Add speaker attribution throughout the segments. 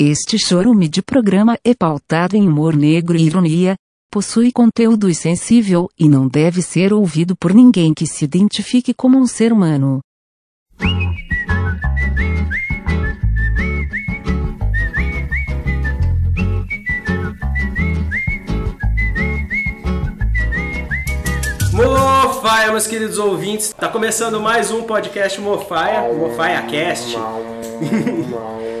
Speaker 1: Este chorume de programa é pautado em humor negro e ironia, possui conteúdo sensível e não deve ser ouvido por ninguém que se identifique como um ser humano.
Speaker 2: Mofaia, meus queridos ouvintes, tá começando mais um podcast Mofaia, Mofaia Cast.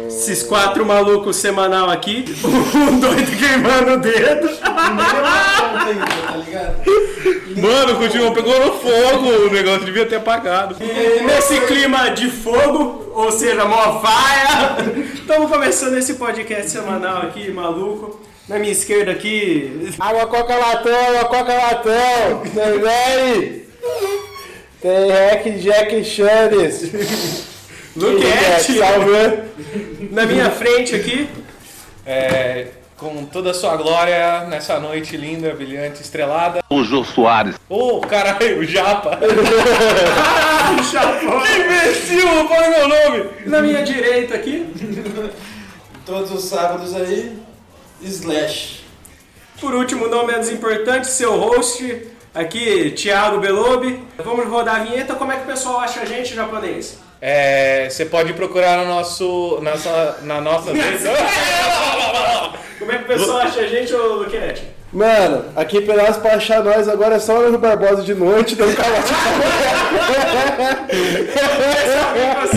Speaker 2: Esses quatro malucos semanal aqui, um doido queimando o dedo.
Speaker 3: tá ligado?
Speaker 4: Mano, continua, pegou no fogo o negócio, devia ter apagado.
Speaker 2: E nesse clima de fogo, ou seja, Mofaia, estamos começando esse podcast semanal aqui, maluco. Na minha esquerda aqui,
Speaker 3: Água coca latão, água coca latão, tá ligado? Tem Rec, Jack Chanes.
Speaker 2: Luquete.
Speaker 3: Salve.
Speaker 2: Na minha frente aqui,
Speaker 4: É, com toda a sua glória nessa noite linda, brilhante, estrelada.
Speaker 5: o Jô Soares.
Speaker 4: Ô, caralho, o Japa!
Speaker 2: ah, chapou.
Speaker 4: Imbecil, fala meu nome!
Speaker 2: Na minha direita aqui,
Speaker 3: Todos os sábados aí, Slash.
Speaker 2: Por último, não menos importante, seu host aqui, Thiago Belobi. Vamos rodar a vinheta. Como é que o pessoal acha a gente japonês?
Speaker 4: É, você pode procurar no nosso, nossa, na nossa...
Speaker 2: Como é que o pessoal acha a gente, ô Luquete?
Speaker 3: Mano, aqui pedaço pra achar nós agora é só no Barbosa de noite, um dando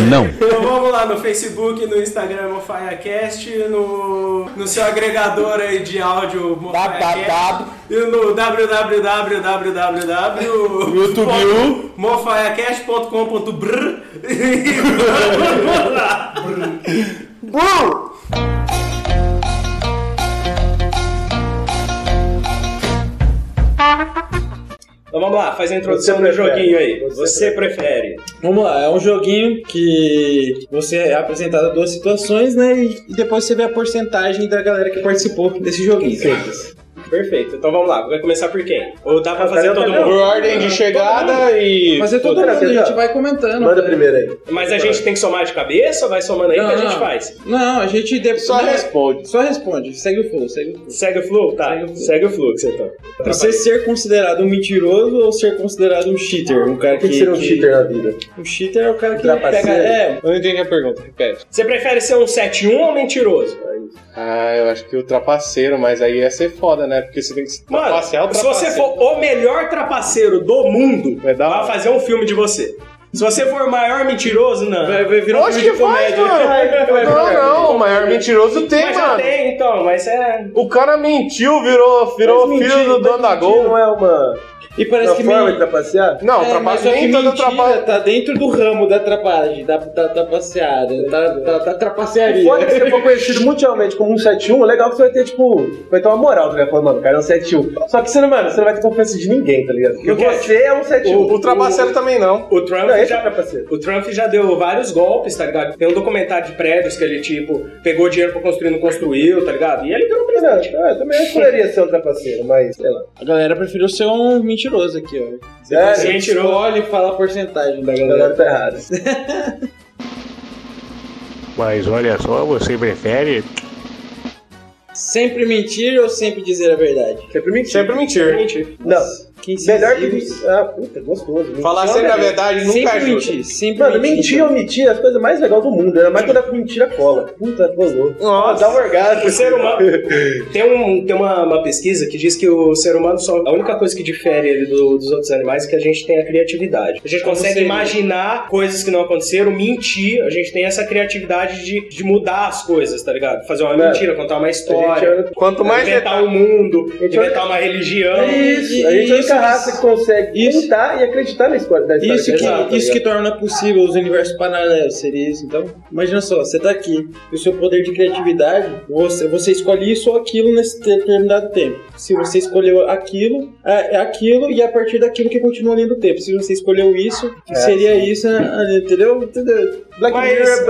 Speaker 2: Não. Então vamos lá no Facebook, no Instagram MofaiaCast, no, no seu agregador aí de áudio MofaiaCast.
Speaker 3: Www.
Speaker 2: E no www.youtube.com.br mofaiacast.com.br E vamos lá.
Speaker 3: Bum!
Speaker 2: Então vamos lá, faz a introdução do joguinho aí. Você prefere?
Speaker 6: Vamos lá, é um joguinho que você é apresentado duas situações, né? E depois você vê a porcentagem da galera que participou desse joguinho.
Speaker 2: Perfeito, então vamos lá, vai começar por quem? Ou dá pra fazer
Speaker 3: Pera,
Speaker 2: Tá todo
Speaker 3: pera,
Speaker 2: mundo?
Speaker 4: ordem de chegada e...
Speaker 6: Mas é todo mundo,
Speaker 3: Pera,
Speaker 6: a
Speaker 3: pera.
Speaker 6: gente vai comentando.
Speaker 3: Manda
Speaker 6: né?
Speaker 3: primeiro aí.
Speaker 2: Mas a gente tem que somar de cabeça, vai somando aí que a gente faz.
Speaker 6: Não, a gente depois.
Speaker 3: Só responde.
Speaker 6: Só responde, segue o flow, segue o flow.
Speaker 2: Segue o fluxo? Tá,
Speaker 6: Segue o fluxo.
Speaker 2: segue o fluxo então.
Speaker 6: Você ser considerado um mentiroso ou ser considerado um cheater? Um cara
Speaker 4: É
Speaker 3: O que,
Speaker 6: que.
Speaker 3: que seria um cheater na vida?
Speaker 6: Um cheater é o cara que
Speaker 3: Trapaceiro.
Speaker 6: pega. É,
Speaker 4: Eu não entendi a pergunta, repete.
Speaker 2: Você prefere ser um 7-1 ou mentiroso?
Speaker 4: Ah, eu acho que o trapaceiro, mas aí ia ser foda, né? Porque você tem que
Speaker 2: Mano,
Speaker 4: é
Speaker 2: se você for o melhor trapaceiro do mundo,
Speaker 4: Vai dar
Speaker 2: vai
Speaker 4: uma-
Speaker 2: fazer um filme de você. Se você for o maior mentiroso, não.
Speaker 6: vai, vai virar um
Speaker 4: Lógico
Speaker 6: filme
Speaker 4: que vai,
Speaker 6: de comédia. né?
Speaker 4: mano.
Speaker 6: Vai, vai, vai.
Speaker 4: não, o maior mentiroso
Speaker 2: mas já tem então, mas é.
Speaker 4: O cara mentiu, virou, virou
Speaker 3: Mas
Speaker 4: filho
Speaker 3: mentir-
Speaker 4: do dono da
Speaker 3: mentir
Speaker 4: Gol.
Speaker 3: Não é uma,
Speaker 6: E parece
Speaker 3: uma
Speaker 6: que
Speaker 3: forma
Speaker 6: meio-
Speaker 3: de trapacear?
Speaker 4: Não,
Speaker 6: É, mas
Speaker 4: trapace
Speaker 6: só que
Speaker 4: nem toda
Speaker 6: mentira
Speaker 4: trapace.
Speaker 6: Tá dentro do ramo da trapagem, da, da, da passeada, da, da, da tá trapacearia.
Speaker 3: Foda que você for conhecido mundialmente como um 71, legal que você vai ter, tipo, vai ter uma moral, tá ligado? Falando, mano, o cara é um 71. Só que você não, mano, você não vai ter confiança de ninguém, tá ligado? Porque
Speaker 2: Não quer.
Speaker 3: você é um 71.
Speaker 4: O, o trapaceiro também não.
Speaker 2: O Trump
Speaker 3: Não, esse é
Speaker 2: já.
Speaker 3: o trapaceiro.
Speaker 2: O Trump já deu vários golpes, tá ligado? Tem um documentário de prédios que ele, tipo, pegou dinheiro pra construir e não construiu, tá ligado? E ele virou
Speaker 3: Não, não, Ah, eu também escolheria ser um trapaceiro, mas sei lá.
Speaker 6: A galera preferiu ser um mentiroso aqui, ó.
Speaker 3: Sério?
Speaker 2: Sim. Mentiroso.
Speaker 6: Olha e fala a porcentagem da
Speaker 3: A
Speaker 6: galera.
Speaker 3: galera tá errada.
Speaker 7: Mas olha só, você prefere
Speaker 6: Sempre mentir ou sempre dizer a verdade?
Speaker 3: Sempre mentir.
Speaker 4: Sempre mentir.
Speaker 2: mentira.
Speaker 3: Não,
Speaker 6: Que
Speaker 3: é melhor que.
Speaker 6: incisivo.
Speaker 3: mentir. Ah, puta, gostoso. Mentir é
Speaker 4: Falar
Speaker 3: uma
Speaker 4: sempre a
Speaker 3: beleza.
Speaker 4: verdade nunca
Speaker 6: Sempre
Speaker 4: ajuda.
Speaker 6: mentir, sempre
Speaker 3: Mano, mentir ou mentir é a coisa mais legal do mundo. Ainda mais quando a mentira cola. Puta, rolou.
Speaker 2: Nossa.
Speaker 3: Dá um orgasmo.
Speaker 2: O ser humano. Tem, um, tem uma, uma pesquisa que diz que o ser humano só. A única coisa que difere ele do- dos outros animais é que a gente tem a criatividade. A gente
Speaker 6: Como
Speaker 2: consegue
Speaker 6: seria?
Speaker 2: imaginar coisas que não aconteceram, mentir. A gente tem essa criatividade de, de mudar as coisas, tá ligado? Fazer uma
Speaker 3: Mano,
Speaker 2: mentira, contar uma
Speaker 3: A gente
Speaker 2: história.
Speaker 3: é-
Speaker 4: Quanto mais
Speaker 2: Inventar o
Speaker 4: detalhe,
Speaker 2: mundo,
Speaker 3: gente
Speaker 2: inventar uma religião.
Speaker 3: Isso, a gente é a única raça que consegue
Speaker 6: Isso.
Speaker 3: contar e acreditar na história da história.
Speaker 6: Isso, que,
Speaker 2: Exato, tá
Speaker 6: isso que torna possível os universos paralelos, seria isso. Então, imagina só, você tá aqui, e o seu poder de criatividade, você, você escolhe isso ou aquilo nesse te- determinado tempo. Se você escolheu aquilo, é, é aquilo, e é a partir daquilo que continua além do tempo. Se você escolheu isso, seria isso, né, ali, entendeu? Entendeu?
Speaker 3: Black
Speaker 5: Mas-
Speaker 3: Mirror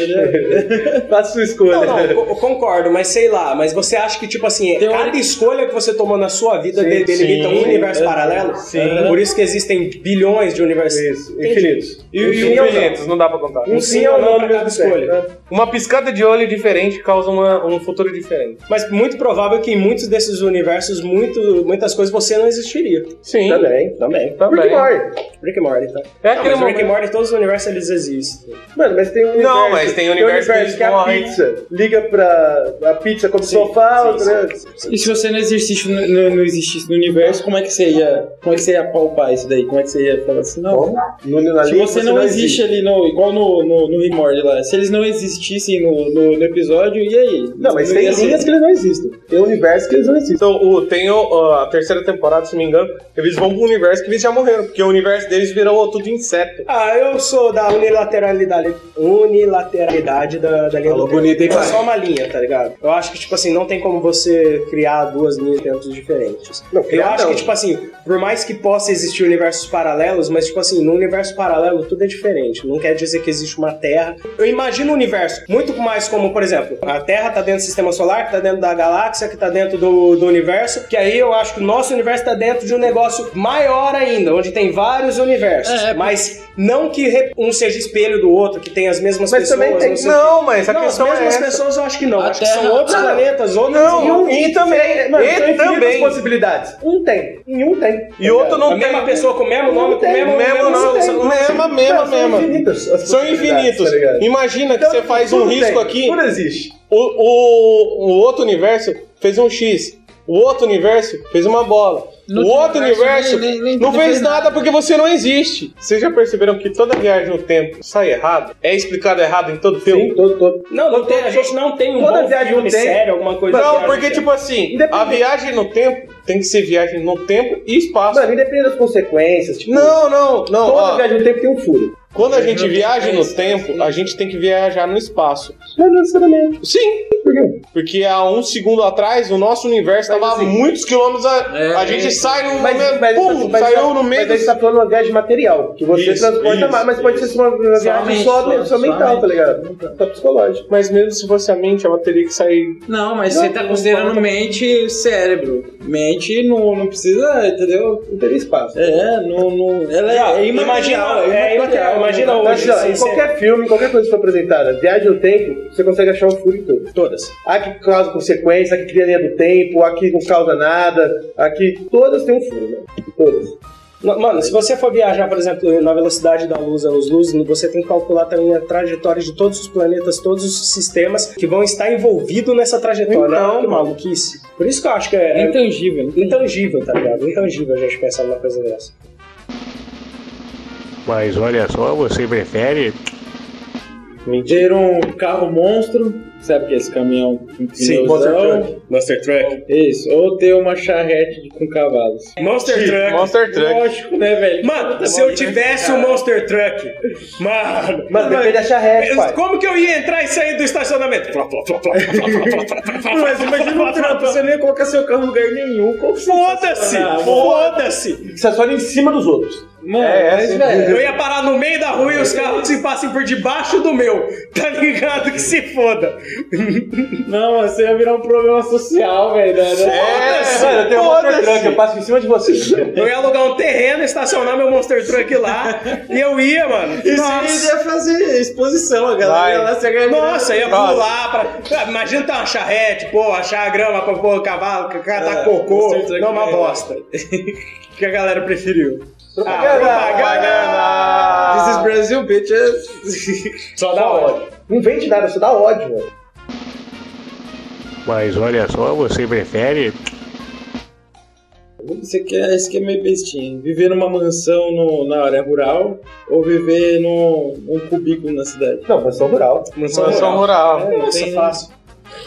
Speaker 3: Bandersnatch. Faça sua
Speaker 2: Não,
Speaker 3: escolha.
Speaker 2: não, eu eu concordo, mas sei lá, mas você acha que, tipo assim,
Speaker 6: Tem um-
Speaker 2: cada escolha que você tomou na sua vida
Speaker 3: Sim,
Speaker 2: de- delimita
Speaker 3: sim.
Speaker 2: um universo
Speaker 3: Sim.
Speaker 2: paralelo?
Speaker 3: Sim.
Speaker 2: Por isso que existem bilhões de universos.
Speaker 3: Isso,
Speaker 2: Entendi.
Speaker 3: infinitos.
Speaker 4: E, e
Speaker 3: Sim ou não?
Speaker 4: infinitos, não dá pra contar.
Speaker 3: Um sim ou não no mesmo
Speaker 2: escolha.
Speaker 3: escolha.
Speaker 4: Uma piscada de olho diferente causa uma- um futuro diferente.
Speaker 2: Mas muito provável que em muitos desses universos, muito, muitas coisas você não existiria.
Speaker 4: Sim.
Speaker 3: Também, também. Rick
Speaker 4: Também.
Speaker 3: Morty.
Speaker 2: Rick and Morty, tá?
Speaker 4: É
Speaker 2: Não,
Speaker 4: aquele
Speaker 2: mas Rick and
Speaker 4: momento.
Speaker 2: Morty, todos os universos, eles existem.
Speaker 3: Mano, mas tem um universo.
Speaker 4: Não, mas tem universo que
Speaker 3: que, é a
Speaker 4: morre.
Speaker 3: pizza liga pra. A pizza come sofá, né? outra.
Speaker 6: E se você não existisse no, no- não existisse no universo, como é que você ia. Como é que você ia palpar isso daí? Como é que você ia falar assim, não?
Speaker 3: Bom, no- na
Speaker 6: Se
Speaker 3: linha
Speaker 6: você não existe ali no. igual no, no, no Remord lá, se eles não existissem no, no, no episódio, e aí?
Speaker 3: Não, mas
Speaker 6: Não
Speaker 3: tem
Speaker 6: ia ser.
Speaker 3: linhas que eles não existem. Tem universo que eles não existem.
Speaker 4: Então, o, tem o- a terceira temporada, se não me engano, eles vão pro universo que eles já morreram, porque o universo deles virou tudo inseto.
Speaker 2: Ah, eu sou da unilateralidade, unilateralidade da, da linha
Speaker 3: Falou
Speaker 2: do
Speaker 3: bonito, hein,
Speaker 2: tempo. É
Speaker 3: pai?
Speaker 2: só uma linha, tá ligado? Eu acho que, tipo assim, não tem como você criar duas linhas de tempos diferentes.
Speaker 3: Não,
Speaker 2: Eu
Speaker 3: criar
Speaker 2: acho
Speaker 3: não.
Speaker 2: que, tipo assim, por mais que possa existir universos paralelos, mas, tipo assim, no universo paralelo tudo é diferente. Não quer dizer que existe uma Terra. Eu imagino o universo muito mais como, por exemplo, a Terra tá dentro do sistema solar, que tá dentro da galáxia, que tá dentro do, do universo, que aí eu acho que o nosso universo tá dentro de um negócio maior ainda, onde tem vários universos.
Speaker 6: É, é,
Speaker 2: mas não que re- um seja espelho do outro, que tem as mesmas
Speaker 3: Mas
Speaker 2: pessoas.
Speaker 3: também tem-
Speaker 2: não sei o quê.
Speaker 4: Não, mas a
Speaker 2: Não, as
Speaker 4: questão é
Speaker 2: mesmas
Speaker 4: essa.
Speaker 2: pessoas eu acho que não.
Speaker 6: A
Speaker 2: acho que
Speaker 6: Terra-
Speaker 2: são outros
Speaker 6: Ah, não.
Speaker 2: planetas, outras
Speaker 4: Não,
Speaker 2: e um-
Speaker 4: e também,
Speaker 3: Mano,
Speaker 4: e
Speaker 2: tá
Speaker 3: são infinitas
Speaker 4: também.
Speaker 3: possibilidades. Um tem, em um tem.
Speaker 4: E outro não
Speaker 2: a
Speaker 4: tem.
Speaker 2: mesma pessoa com o mesmo nome, com o mesmo,
Speaker 4: Mesmo, mesmo, não.
Speaker 2: nome.
Speaker 4: são- Mesma, mesma,
Speaker 3: Não, são
Speaker 4: mesma.
Speaker 3: infinitas as
Speaker 4: São
Speaker 3: possibilidades,
Speaker 4: infinitos.
Speaker 3: tá ligado?
Speaker 4: Imagina que
Speaker 3: Então,
Speaker 4: você faz um
Speaker 3: tudo
Speaker 4: risco
Speaker 3: tem,
Speaker 4: aqui,
Speaker 3: Tudo existe.
Speaker 4: o, o, o outro universo fez um X. O outro universo fez uma bola.
Speaker 6: No
Speaker 4: o outro universo,
Speaker 6: universo, nem- nem- nem-
Speaker 4: não
Speaker 6: nem
Speaker 4: fez
Speaker 6: fez
Speaker 4: nada porque você não existe. Vocês já perceberam que toda viagem no tempo sai errado? É explicado errado em todo filme?
Speaker 3: Sim, todo, todo.
Speaker 2: Não, não tem, a gente não tem um
Speaker 3: Toda
Speaker 2: bom
Speaker 3: viagem
Speaker 2: filme,
Speaker 3: tem.
Speaker 2: sério, alguma coisa
Speaker 4: Não,
Speaker 2: assim.
Speaker 4: porque tipo assim, a
Speaker 3: Independente.
Speaker 4: viagem no tempo tem que ser viagem no tempo e espaço.
Speaker 3: Mano, independente das consequências, tipo,
Speaker 4: não, não, não.
Speaker 3: toda
Speaker 4: ó,
Speaker 3: viagem no tempo tem um furo.
Speaker 4: quando a gente viaja no
Speaker 6: tem
Speaker 4: tempo, a gente tem que viajar no espaço.
Speaker 3: Não necessariamente.
Speaker 4: Sim,
Speaker 3: Por quê?
Speaker 4: porque há um segundo atrás o nosso universo estava a
Speaker 3: assim,
Speaker 4: muitos quilômetros. A,
Speaker 6: é,
Speaker 4: a gente
Speaker 6: é.
Speaker 4: sai num momento, pum,
Speaker 3: mas-
Speaker 4: saiu
Speaker 3: mas
Speaker 4: no meio.
Speaker 3: aí
Speaker 4: do-
Speaker 3: você tá falando uma viagem material, que você
Speaker 4: Isso,
Speaker 3: transporta
Speaker 4: isso,
Speaker 3: mais, mas pode
Speaker 4: isso.
Speaker 3: ser uma uma viagem
Speaker 6: Somente,
Speaker 3: só, só,
Speaker 6: só-
Speaker 3: mental, tá ligado? Só psicológica.
Speaker 4: Mas mesmo se fosse a mente, ela teria que sair.
Speaker 6: Não, mas você tá considerando mente e cérebro. Mente não, não precisa, entendeu?
Speaker 3: Não teria espaço.
Speaker 6: É, não. não ela é, é imaterial. né?
Speaker 2: imagina- é imaterial, imagina
Speaker 3: Então,
Speaker 2: hoje,
Speaker 3: assim, ó,
Speaker 2: sim,
Speaker 3: em qualquer filme, qualquer coisa que for apresentada, viagem no tempo, você consegue achar um furo em tudo.
Speaker 2: todas.
Speaker 3: A que causa consequência, a que cria linha do tempo, a que não causa nada, a que. Todas têm um furo, né? Todas.
Speaker 2: Ma- Mano, se você for viajar, por exemplo, na velocidade da luz, anos luz, você tem que calcular também a trajetória de todos os planetas, todos os sistemas que vão estar envolvidos nessa trajetória.
Speaker 4: Então,
Speaker 2: Olha que maluquice. Por isso que eu acho que é, é
Speaker 6: Intangível.
Speaker 2: intangível, tá ligado? Intangível a gente pensar numa coisa dessa.
Speaker 8: Mas olha só, você prefere?
Speaker 6: Ter um carro monstro, sabe que é esse caminhão com pneuzão?
Speaker 3: Monster Truck.
Speaker 2: Monster Truck.
Speaker 6: Isso, ou ter uma charrete de- com cavalos.
Speaker 2: Monster
Speaker 4: Sim,
Speaker 2: Truck.
Speaker 4: Monster Truck.
Speaker 6: Lógico, né, velho?
Speaker 2: Mano, se eu tivesse um Monster Truck, mano.
Speaker 3: Mano, depende da charrete, pai.
Speaker 2: Como que eu ia entrar e sair do estacionamento? Mas imagina o trampo,
Speaker 6: Você nem ia colocar seu carro em lugar nenhum. Como que você
Speaker 2: Foda-se!
Speaker 6: Ah,
Speaker 2: Foda-se!
Speaker 3: Você só em cima dos outros.
Speaker 6: Mano,
Speaker 4: É,
Speaker 6: mas,
Speaker 4: é,
Speaker 6: velho.
Speaker 2: Eu ia parar no meio da rua e os carros se passem por debaixo do meu. Tá ligado? Que se foda!
Speaker 6: Não, mano, você ia virar um problema social, velho. né?
Speaker 4: É,
Speaker 3: Mano, eu tenho um Monster Truck, eu passo em cima de você.
Speaker 2: Eu ia alugar um terreno, estacionar meu Monster Truck lá e eu ia, mano.
Speaker 6: Isso ia né? fazer exposição, a
Speaker 4: Vai.
Speaker 6: galera ia lá se agarrar.
Speaker 2: Nossa, ia
Speaker 4: Nossa.
Speaker 2: pular pra. Ah, Imagina ter uma charrete, pô, achar a grama pra pôr o cavalo, catar
Speaker 6: É,
Speaker 2: cocô.
Speaker 6: Monster Truck
Speaker 2: Não, uma
Speaker 6: vai.
Speaker 2: bosta. que a galera preferiu. Ah,
Speaker 4: Ah,
Speaker 3: Propaganda,
Speaker 2: propaganda!
Speaker 6: This is Brazil, bitches.
Speaker 2: Só
Speaker 3: Dá
Speaker 2: da hora.
Speaker 3: ódio. Não vende nada, só dá ódio, mano.
Speaker 8: Mas olha só, você prefere?
Speaker 6: Você quer esse que é meio bestinho. Viver numa mansão no- na área rural ou viver num num cubículo na cidade?
Speaker 3: Não, mansão rural.
Speaker 4: Mansão rural.
Speaker 2: Nossa,
Speaker 6: tem-
Speaker 2: fácil.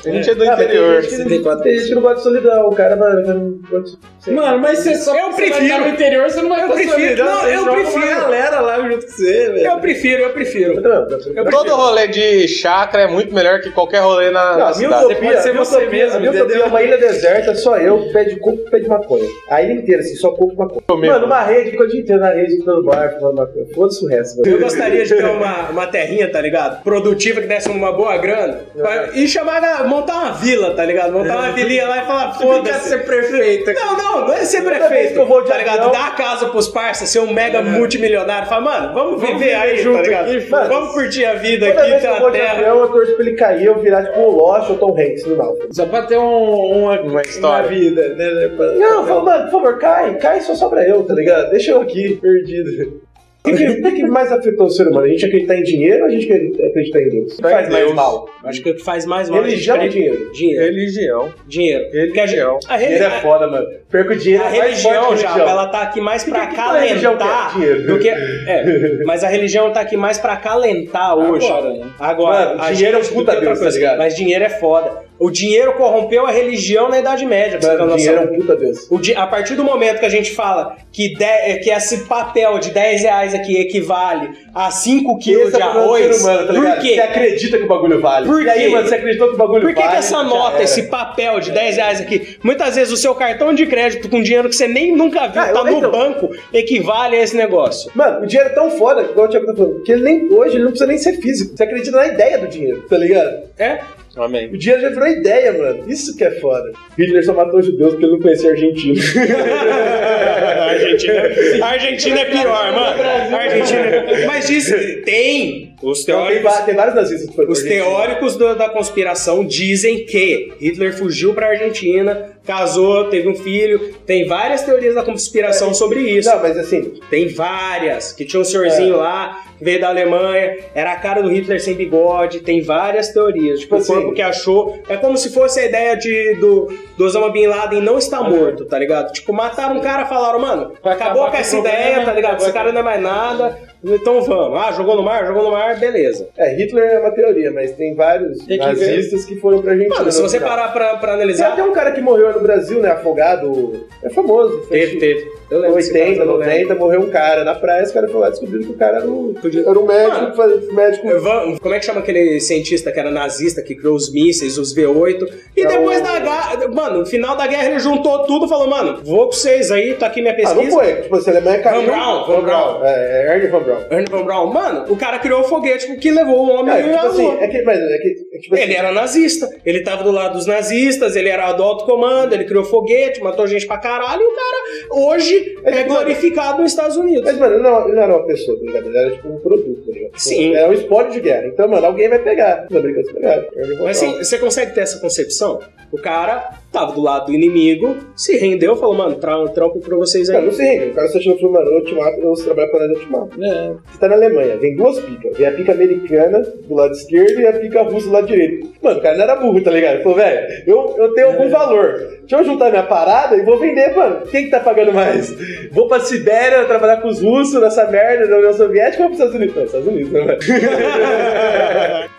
Speaker 4: A gente é do
Speaker 3: Ah, mas tem
Speaker 4: interior.
Speaker 3: gente que-
Speaker 6: 74
Speaker 3: Tem gente que não gosta de solidão, o cara mano, não gosta de... sei lá.
Speaker 6: Mano, mas você só
Speaker 2: Eu
Speaker 6: porque você
Speaker 2: prefiro.
Speaker 6: vai estar no interior, você não vai
Speaker 2: Eu
Speaker 6: estar
Speaker 2: prefiro.
Speaker 6: solidário,
Speaker 2: Não,
Speaker 6: você
Speaker 2: eu
Speaker 6: joga
Speaker 2: prefiro.
Speaker 6: uma um galera lá junto com você, velho.
Speaker 2: Eu prefiro, eu prefiro.
Speaker 3: Eu também não gosto de-
Speaker 2: Eu
Speaker 4: Todo rolê de chácara é muito melhor que qualquer rolê na, na
Speaker 3: Não, a minha
Speaker 4: cidade.
Speaker 3: utopia,
Speaker 6: pode ser
Speaker 3: a minha
Speaker 6: você
Speaker 3: utopia-
Speaker 6: mesmo,
Speaker 3: a minha
Speaker 6: entendeu?
Speaker 3: utopia é uma ilha deserta, só eu, pé de coco, pé de maconha. A ilha inteira, assim, só coco e maconha.
Speaker 4: Comigo.
Speaker 3: Mano, uma rede, fica o dia inteiro na rede, ficando no bar, fumando maconha. Foda-se o resto,
Speaker 2: Eu
Speaker 3: mano.
Speaker 2: gostaria de ter uma, uma terrinha, tá ligado? Produtiva que desse uma boa grana.
Speaker 3: É.
Speaker 2: Pra- E chamar, na- montar uma vila, tá ligado? Montar uma vilinha lá e falar,
Speaker 6: Fica
Speaker 2: foda-se.
Speaker 6: ser prefeito aqui.
Speaker 2: Não, não, não é ser
Speaker 3: Toda vez que
Speaker 2: prefeito,
Speaker 3: eu vou de
Speaker 2: tá ligado?
Speaker 3: avião- É.
Speaker 2: Dar a casa pros parças, ser um mega multimilionário. Fala, mano, vamos viver aí, tá ligado?
Speaker 3: mano.
Speaker 2: vamos curtir a vida
Speaker 3: Toda
Speaker 2: aqui,
Speaker 3: vez que eu
Speaker 2: ter uma
Speaker 3: vou de
Speaker 2: terra.
Speaker 3: avião, eu torço pra ele cair, eu virar tipo um Lost ou Tom Hanks no mal.
Speaker 6: Só pra ter um, uma,
Speaker 4: Uma história.
Speaker 6: vida, né? Pra-
Speaker 3: Não, eu falo, mano, por favor, cai, cai, só sobra eu, tá ligado? Deixa eu aqui, perdido. O que, que- o que que mais afetou o ser humano? A gente acreditar em dinheiro ou a gente acreditar em Deus? O que
Speaker 4: Fé em
Speaker 3: faz mais
Speaker 4: Deus.
Speaker 3: mal?
Speaker 2: Acho que o que faz mais mal é
Speaker 3: Religião ou
Speaker 2: de
Speaker 3: dinheiro?
Speaker 2: dinheiro.
Speaker 4: Religião.
Speaker 2: Dinheiro.
Speaker 4: Religião.
Speaker 2: A, reli-
Speaker 3: Dinheiro é foda, mano. Perco dinheiro,
Speaker 2: a
Speaker 3: é mais forte
Speaker 2: religião,
Speaker 3: que a
Speaker 2: já, ela tá aqui mais pra
Speaker 3: Que que a religião
Speaker 2: calentar
Speaker 3: quer? Dinheiro.
Speaker 2: do que. É, mas a religião tá aqui mais pra calentar hoje.
Speaker 6: Agora, né?
Speaker 2: Agora,
Speaker 3: Mano,
Speaker 2: a
Speaker 3: dinheiro é um
Speaker 2: gente
Speaker 3: puta
Speaker 2: do que outra
Speaker 3: Deus, tá
Speaker 2: coisa.
Speaker 3: ligado?
Speaker 2: Mas dinheiro é foda. O dinheiro corrompeu a religião na Idade Média, pra você ter uma
Speaker 3: Mano,
Speaker 2: noção.
Speaker 3: dinheiro é um puta Deus.
Speaker 2: O di- a partir do momento que a gente fala que, de- é, que esse papel de 10 reais aqui equivale a 5 quilos
Speaker 3: Esse
Speaker 2: de
Speaker 3: é o problema do
Speaker 2: arroz,
Speaker 3: ser humano, tá
Speaker 2: por
Speaker 3: ligado?
Speaker 2: quê?
Speaker 3: Você acredita que o bagulho vale.
Speaker 2: Por
Speaker 3: E aí,
Speaker 2: quê?
Speaker 3: mano, você acreditou que o bagulho
Speaker 2: Por que,
Speaker 3: vale. É.
Speaker 2: que essa
Speaker 3: já
Speaker 2: nota,
Speaker 3: era.
Speaker 2: esse papel de 10 reais aqui, muitas vezes o seu cartão de crédito com dinheiro que você nem nunca viu,
Speaker 3: Ah, eu-
Speaker 2: tá no
Speaker 3: então.
Speaker 2: banco, equivale a esse negócio?
Speaker 3: Mano, o dinheiro é tão foda, igual o Thiago tá falando, que ele nem, hoje ele não precisa nem ser físico. Você acredita na ideia do dinheiro, tá ligado?
Speaker 2: É?
Speaker 4: Amém.
Speaker 3: O dinheiro já virou ideia, mano. Isso que é foda. Hitler só matou os judeus porque ele não conhecia argentino.
Speaker 2: A Argentina, a Argentina é pior, mano. A Argentina é... Mas diz, tem os
Speaker 3: Então, tem,
Speaker 2: teóricos.
Speaker 3: va- tem vários nazistas que foram
Speaker 2: Os teóricos do- da conspiração dizem que Hitler fugiu para Argentina, casou, teve um filho. Tem várias teorias da conspiração sobre isso.
Speaker 3: É, Não, mas assim,
Speaker 2: Tem várias. Que tinha um senhorzinho lá, que veio da Alemanha, era a cara do Hitler sem bigode. Tem várias teorias. Tipo,
Speaker 3: Tipo
Speaker 2: o corpo
Speaker 3: assim.
Speaker 2: que achou. É como se fosse a ideia de, do, do Osama Bin Laden não estar morto, tá ligado? Tipo, mataram um cara falaram, mano,
Speaker 6: Vai
Speaker 2: acabou
Speaker 6: acabar
Speaker 2: com
Speaker 6: com
Speaker 2: essa
Speaker 6: o problema,
Speaker 2: ideia, tá ligado?
Speaker 6: vai
Speaker 2: Esse cara não é mais nada. Então vamos. Ah, jogou no mar, jogou no mar, beleza.
Speaker 3: é, Hitler é uma teoria, mas tem vários
Speaker 6: Tem que
Speaker 3: nazistas que foram pra Argentina.
Speaker 2: Mano, se
Speaker 3: no
Speaker 2: você
Speaker 3: final.
Speaker 2: parar pra, pra
Speaker 3: Tem
Speaker 2: analisar.
Speaker 3: até um cara que morreu no Brasil, né? Afogado. É famoso.
Speaker 2: Teve, teve. Eu
Speaker 3: Em
Speaker 2: lembro. desse cara, é né?
Speaker 3: 80,
Speaker 2: eu não lembro.
Speaker 3: 90, morreu um cara na praia, os caras foram lá e descobriram que o cara era um, era um médico,
Speaker 2: Mano.
Speaker 3: faz- médico
Speaker 2: Van- Como é que chama aquele cientista que era nazista, que criou os mísseis, os V8? E
Speaker 3: É
Speaker 2: depois
Speaker 3: o-
Speaker 2: da guerra. Mano, no final da guerra ele juntou tudo e falou, mano, vou com vocês aí, tá aqui minha
Speaker 3: Ah, não
Speaker 2: pesquisa.
Speaker 3: foi. Tipo assim, a Alemanha caiu.
Speaker 2: Van Braun, Van
Speaker 3: Van Braun. É, é Ernie Van Braun.
Speaker 2: Ernie Von Braun, mano, o cara criou o foguete que levou o homem
Speaker 3: É,
Speaker 2: à
Speaker 3: tipo
Speaker 2: lua.
Speaker 3: assim, é que, mas, é que, é tipo assim,
Speaker 2: Ele era nazista, ele tava do lado dos nazistas, ele era do alto comando, ele criou foguete, matou gente pra caralho, e o cara hoje
Speaker 3: Mas,
Speaker 2: é
Speaker 3: mano,
Speaker 2: glorificado nos Estados Unidos.
Speaker 3: Mas, mano, ele não, ele não era uma pessoa, tá ligado? Ele era tipo um produto, tá ligado?
Speaker 2: Sim.
Speaker 3: É um espólio de guerra. Então, mano, alguém vai pegar. Os americanos pegaram. Ernie Von
Speaker 2: Mas
Speaker 3: Braun.
Speaker 2: assim, você consegue ter essa concepção? O cara tava do lado do inimigo, se rendeu, falou, mano, tra trampo pra vocês
Speaker 3: Cara,
Speaker 2: aí.
Speaker 3: não se rende. O cara só chegou e falou, mano, eu te mato, eu trabalho pra nós, eu te mato.
Speaker 6: É.
Speaker 3: Você tá na Alemanha, vem duas picas. Vem a pica americana do lado esquerdo e a pica russa do lado direito. Mano, o cara não era burro, tá ligado? Ele falou, velho, eu, eu tenho
Speaker 6: É.
Speaker 3: algum valor. Deixa eu juntar minha parada e vou vender, mano. Quem que tá pagando mais? Vou pra Sibéria trabalhar com os russos nessa merda da União Soviética ou pros Estados Unidos? Não, Estados Unidos, né, mano?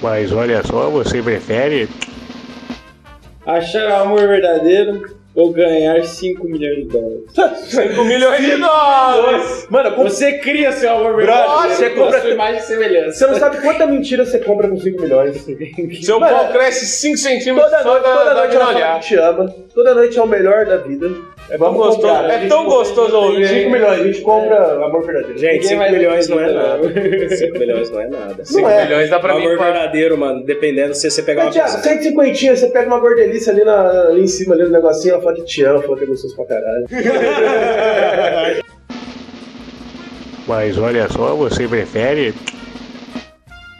Speaker 8: Mas olha só, você prefere?
Speaker 6: Achar o amor verdadeiro ou ganhar 5 milhões de dólares.
Speaker 4: 5 milhões de dólares!
Speaker 3: Mano, com-
Speaker 6: Você cria seu amor
Speaker 3: Brother,
Speaker 6: verdadeiro
Speaker 3: você
Speaker 6: com
Speaker 3: compra-
Speaker 6: a sua imagem e semelhança.
Speaker 3: você não sabe quanta mentira você compra com 5 milhões.
Speaker 4: Seu
Speaker 3: Mano,
Speaker 4: pau cresce 5 centímetros
Speaker 3: Toda
Speaker 4: só
Speaker 3: noite,
Speaker 4: da,
Speaker 3: toda
Speaker 4: da
Speaker 3: noite ela fala
Speaker 4: minolhada.
Speaker 3: que te ama. Toda noite é o melhor da vida. É
Speaker 4: Tão gostoso. É tão gostoso ouvir.
Speaker 3: 5 milhões, a gente compra o amor verdadeiro.
Speaker 2: Gente,
Speaker 6: Ninguém
Speaker 2: 5
Speaker 6: vai ver
Speaker 2: milhões
Speaker 6: isso,
Speaker 2: não é
Speaker 6: né?
Speaker 2: nada. 5 milhões não é nada.
Speaker 4: 5
Speaker 3: é.
Speaker 4: milhões dá
Speaker 2: O
Speaker 4: pra mim.
Speaker 2: amor verdadeiro, mano, dependendo se você pegar uma
Speaker 3: Mas, Thiago,
Speaker 2: pessoa.
Speaker 3: 150, você pega uma gordelice ali, na- ali em cima, ali no negocinho, ela fala que te ama, fala que é gostoso pra caralho.
Speaker 8: Mas olha só, você prefere?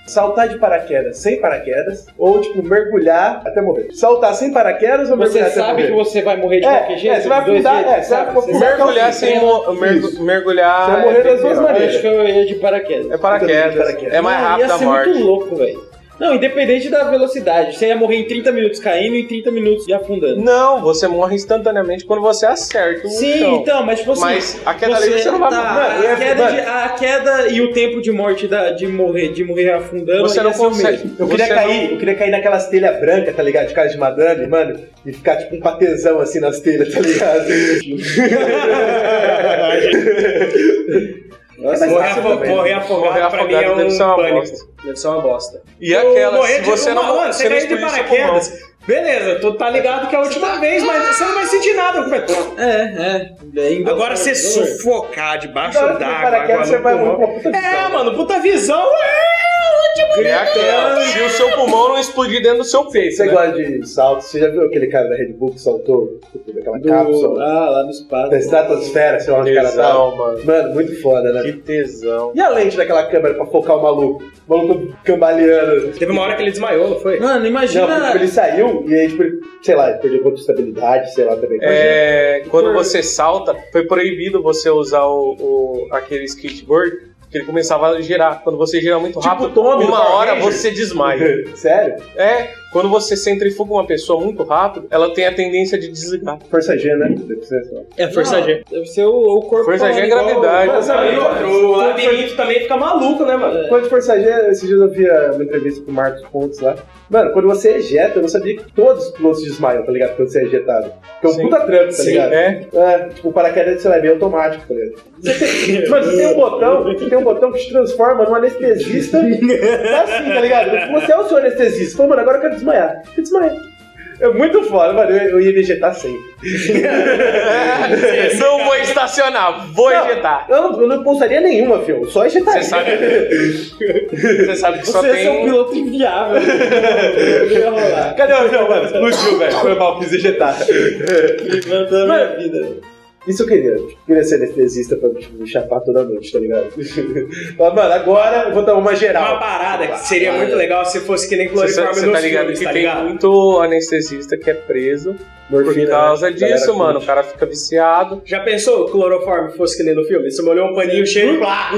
Speaker 3: Saltar de paraquedas sem paraquedas, ou tipo, mergulhar até morrer. Saltar sem paraquedas ou
Speaker 6: Você
Speaker 3: mergulhar até
Speaker 6: sabe
Speaker 3: morrer?
Speaker 6: que você vai morrer de
Speaker 3: É,
Speaker 6: qualquer jeito?
Speaker 3: é, você vai
Speaker 6: dos dois
Speaker 3: afundar,
Speaker 6: jeitos,
Speaker 3: é, você vai
Speaker 6: sabe?
Speaker 3: afundar.
Speaker 4: Mergulhar sem. mo- mergu-
Speaker 3: Isso.
Speaker 4: Mergulhar.
Speaker 3: Você vai morrer
Speaker 4: é
Speaker 3: das duas
Speaker 4: bem pior.
Speaker 3: maneiras.
Speaker 6: Eu acho que eu ia de paraquedas.
Speaker 4: É paraquedas.
Speaker 3: Paraquedas.
Speaker 4: É mais
Speaker 6: Mano,
Speaker 4: rápido
Speaker 6: ia
Speaker 4: a
Speaker 6: ser
Speaker 4: morte.
Speaker 6: muito louco, velho. Não, independente da velocidade. Você ia morrer em 30 minutos caindo e Tá em 30 minutos e afundando.
Speaker 4: Não, você morre instantaneamente quando você acerta o
Speaker 6: Sim, então,
Speaker 4: chão.
Speaker 6: mas tipo assim.
Speaker 4: Mas a queda livre você não vai
Speaker 6: tá,
Speaker 4: morrer.
Speaker 6: a, queda de- a queda e o tempo de morte da- de morrer, de morrer afundando.
Speaker 4: Você
Speaker 6: aí é
Speaker 4: não
Speaker 6: ia ser o
Speaker 4: consegue.
Speaker 6: mesmo.
Speaker 3: Eu queria,
Speaker 4: Você
Speaker 3: cair, eu queria cair naquelas telhas brancas, tá ligado? De casa de madame, mano. E ficar tipo um patezão assim nas telhas, tá ligado?
Speaker 2: Nossa, morrer,
Speaker 3: É fácil
Speaker 2: afo-
Speaker 3: também.
Speaker 2: morrer afogado,
Speaker 4: Morrer
Speaker 2: pra mim é
Speaker 4: afogado
Speaker 2: um
Speaker 4: deve ser uma
Speaker 2: pânico.
Speaker 4: bosta.
Speaker 2: Deve ser uma bosta.
Speaker 4: E aquela,
Speaker 2: morrer
Speaker 4: se
Speaker 2: de-
Speaker 4: você não
Speaker 2: mano, você
Speaker 4: você não
Speaker 2: caiu de
Speaker 4: explodir seu pulmão.
Speaker 2: paraquedas. Beleza, tu tá ligado que é a última vez, mas você não vai sentir nada. Vai-
Speaker 6: É, é. Bem-
Speaker 2: Agora você sufocar debaixo
Speaker 3: Na hora que
Speaker 2: d'água, água
Speaker 3: paraquedas, você
Speaker 2: no
Speaker 3: vai morrer
Speaker 2: pulmão.
Speaker 3: com uma puta
Speaker 2: É,
Speaker 3: visão.
Speaker 2: mano, puta visão.
Speaker 4: É aquela, se o seu pulmão não explodir dentro do seu peito,
Speaker 3: Você
Speaker 4: né?
Speaker 3: gosta de salto? Você já viu aquele cara da Red Bull que saltou tipo, daquela
Speaker 6: Do...
Speaker 3: cápsula?
Speaker 6: Ah, lá no espaço.
Speaker 3: Da estratosfera, sei lá onde o cara tá.
Speaker 4: Tesão, mano.
Speaker 3: Mano, muito foda, né?
Speaker 4: Que tesão.
Speaker 3: E a lente daquela câmera pra focar o maluco? O maluco cambaleando.
Speaker 2: Teve uma hora que ele desmaiou, não foi?
Speaker 6: Mano,
Speaker 3: Não, porque, tipo,
Speaker 6: imagina.
Speaker 3: ele saiu e aí, tipo, ele, sei lá, ele perdeu ponto de estabilidade, sei lá também.
Speaker 4: É, quando
Speaker 6: Por-
Speaker 4: você salta, foi proibido você usar o, o- aquele skateboard, porque ele começava a girar. Quando você gira
Speaker 2: Tipo
Speaker 4: muito rápido,
Speaker 3: Tommy,
Speaker 4: uma
Speaker 3: Power
Speaker 4: hora
Speaker 3: Ranger.
Speaker 4: você desmaia.
Speaker 3: Sério?
Speaker 4: É, quando você centrifuga uma pessoa muito rápido, ela tem a tendência de desligar.
Speaker 3: Força G, né? Deve ser, sei lá.
Speaker 6: É, Força G. Deve ser o, o corpo.
Speaker 4: Força G é
Speaker 6: igual-
Speaker 4: gravidade.
Speaker 6: Mas,
Speaker 2: Sabe,
Speaker 6: amigo,
Speaker 2: o o labirinto também fica maluco, né, mano?
Speaker 3: Quando de Força G, esses dias eu vi ah, uma entrevista com o Marcos Pontes lá. Mano, quando você ejeta, eu não sabia que todos os pilotos desmaiam, tá ligado? Quando você é ejetado. Que é um
Speaker 4: Sim.
Speaker 3: puta trampo, tá ligado?
Speaker 4: É,
Speaker 3: É, tipo, o paraquedas sei lá, é meio automático, tá ligado? Mano, você tem um botão, você tem um botão que te transforma num anestesista. Tá assim, tá ligado? Você é o seu anestesista. Falou, mano, agora eu quero desmaiar. Você desmaia. É muito foda, mano. Eu, eu ia me injetar sempre.
Speaker 4: não vou estacionar, vou
Speaker 3: Não.
Speaker 4: ejetar.
Speaker 3: Eu não, eu não pousaria nenhuma, filho. Só
Speaker 4: Você
Speaker 3: injetaria.
Speaker 4: sabe, você sabe que só
Speaker 6: Você é um
Speaker 4: tem.
Speaker 6: piloto inviável. Não ia rolar.
Speaker 3: Cadê o avião, mano? Explodiu, velho. Foi mal, quis injetar.
Speaker 6: Levantando a minha vida.
Speaker 3: Isso eu queria. Eu queria ser anestesista pra tipo, me chapar toda noite, tá ligado? Mas, mano, agora eu vou dar uma
Speaker 2: Uma
Speaker 3: geral.
Speaker 2: parada que seria muito legal se fosse que nem
Speaker 4: Você,
Speaker 2: cloriforme
Speaker 4: você
Speaker 2: nos
Speaker 4: tá ligado
Speaker 2: filmes,
Speaker 4: que
Speaker 2: tá
Speaker 4: tem
Speaker 2: ligado?
Speaker 4: muito anestesista que é preso por
Speaker 3: Morfina,
Speaker 4: causa
Speaker 3: né? Galera
Speaker 4: disso,
Speaker 3: curte.
Speaker 4: mano. O cara fica viciado.
Speaker 2: Já pensou que cloroforme fosse que nem no filme? Você molhou um paninho cheio e plá!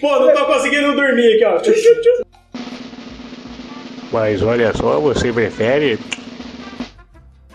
Speaker 2: Pô, não tô conseguindo dormir aqui, ó. Tchum, tchum, tchum.
Speaker 8: Mas olha só, você prefere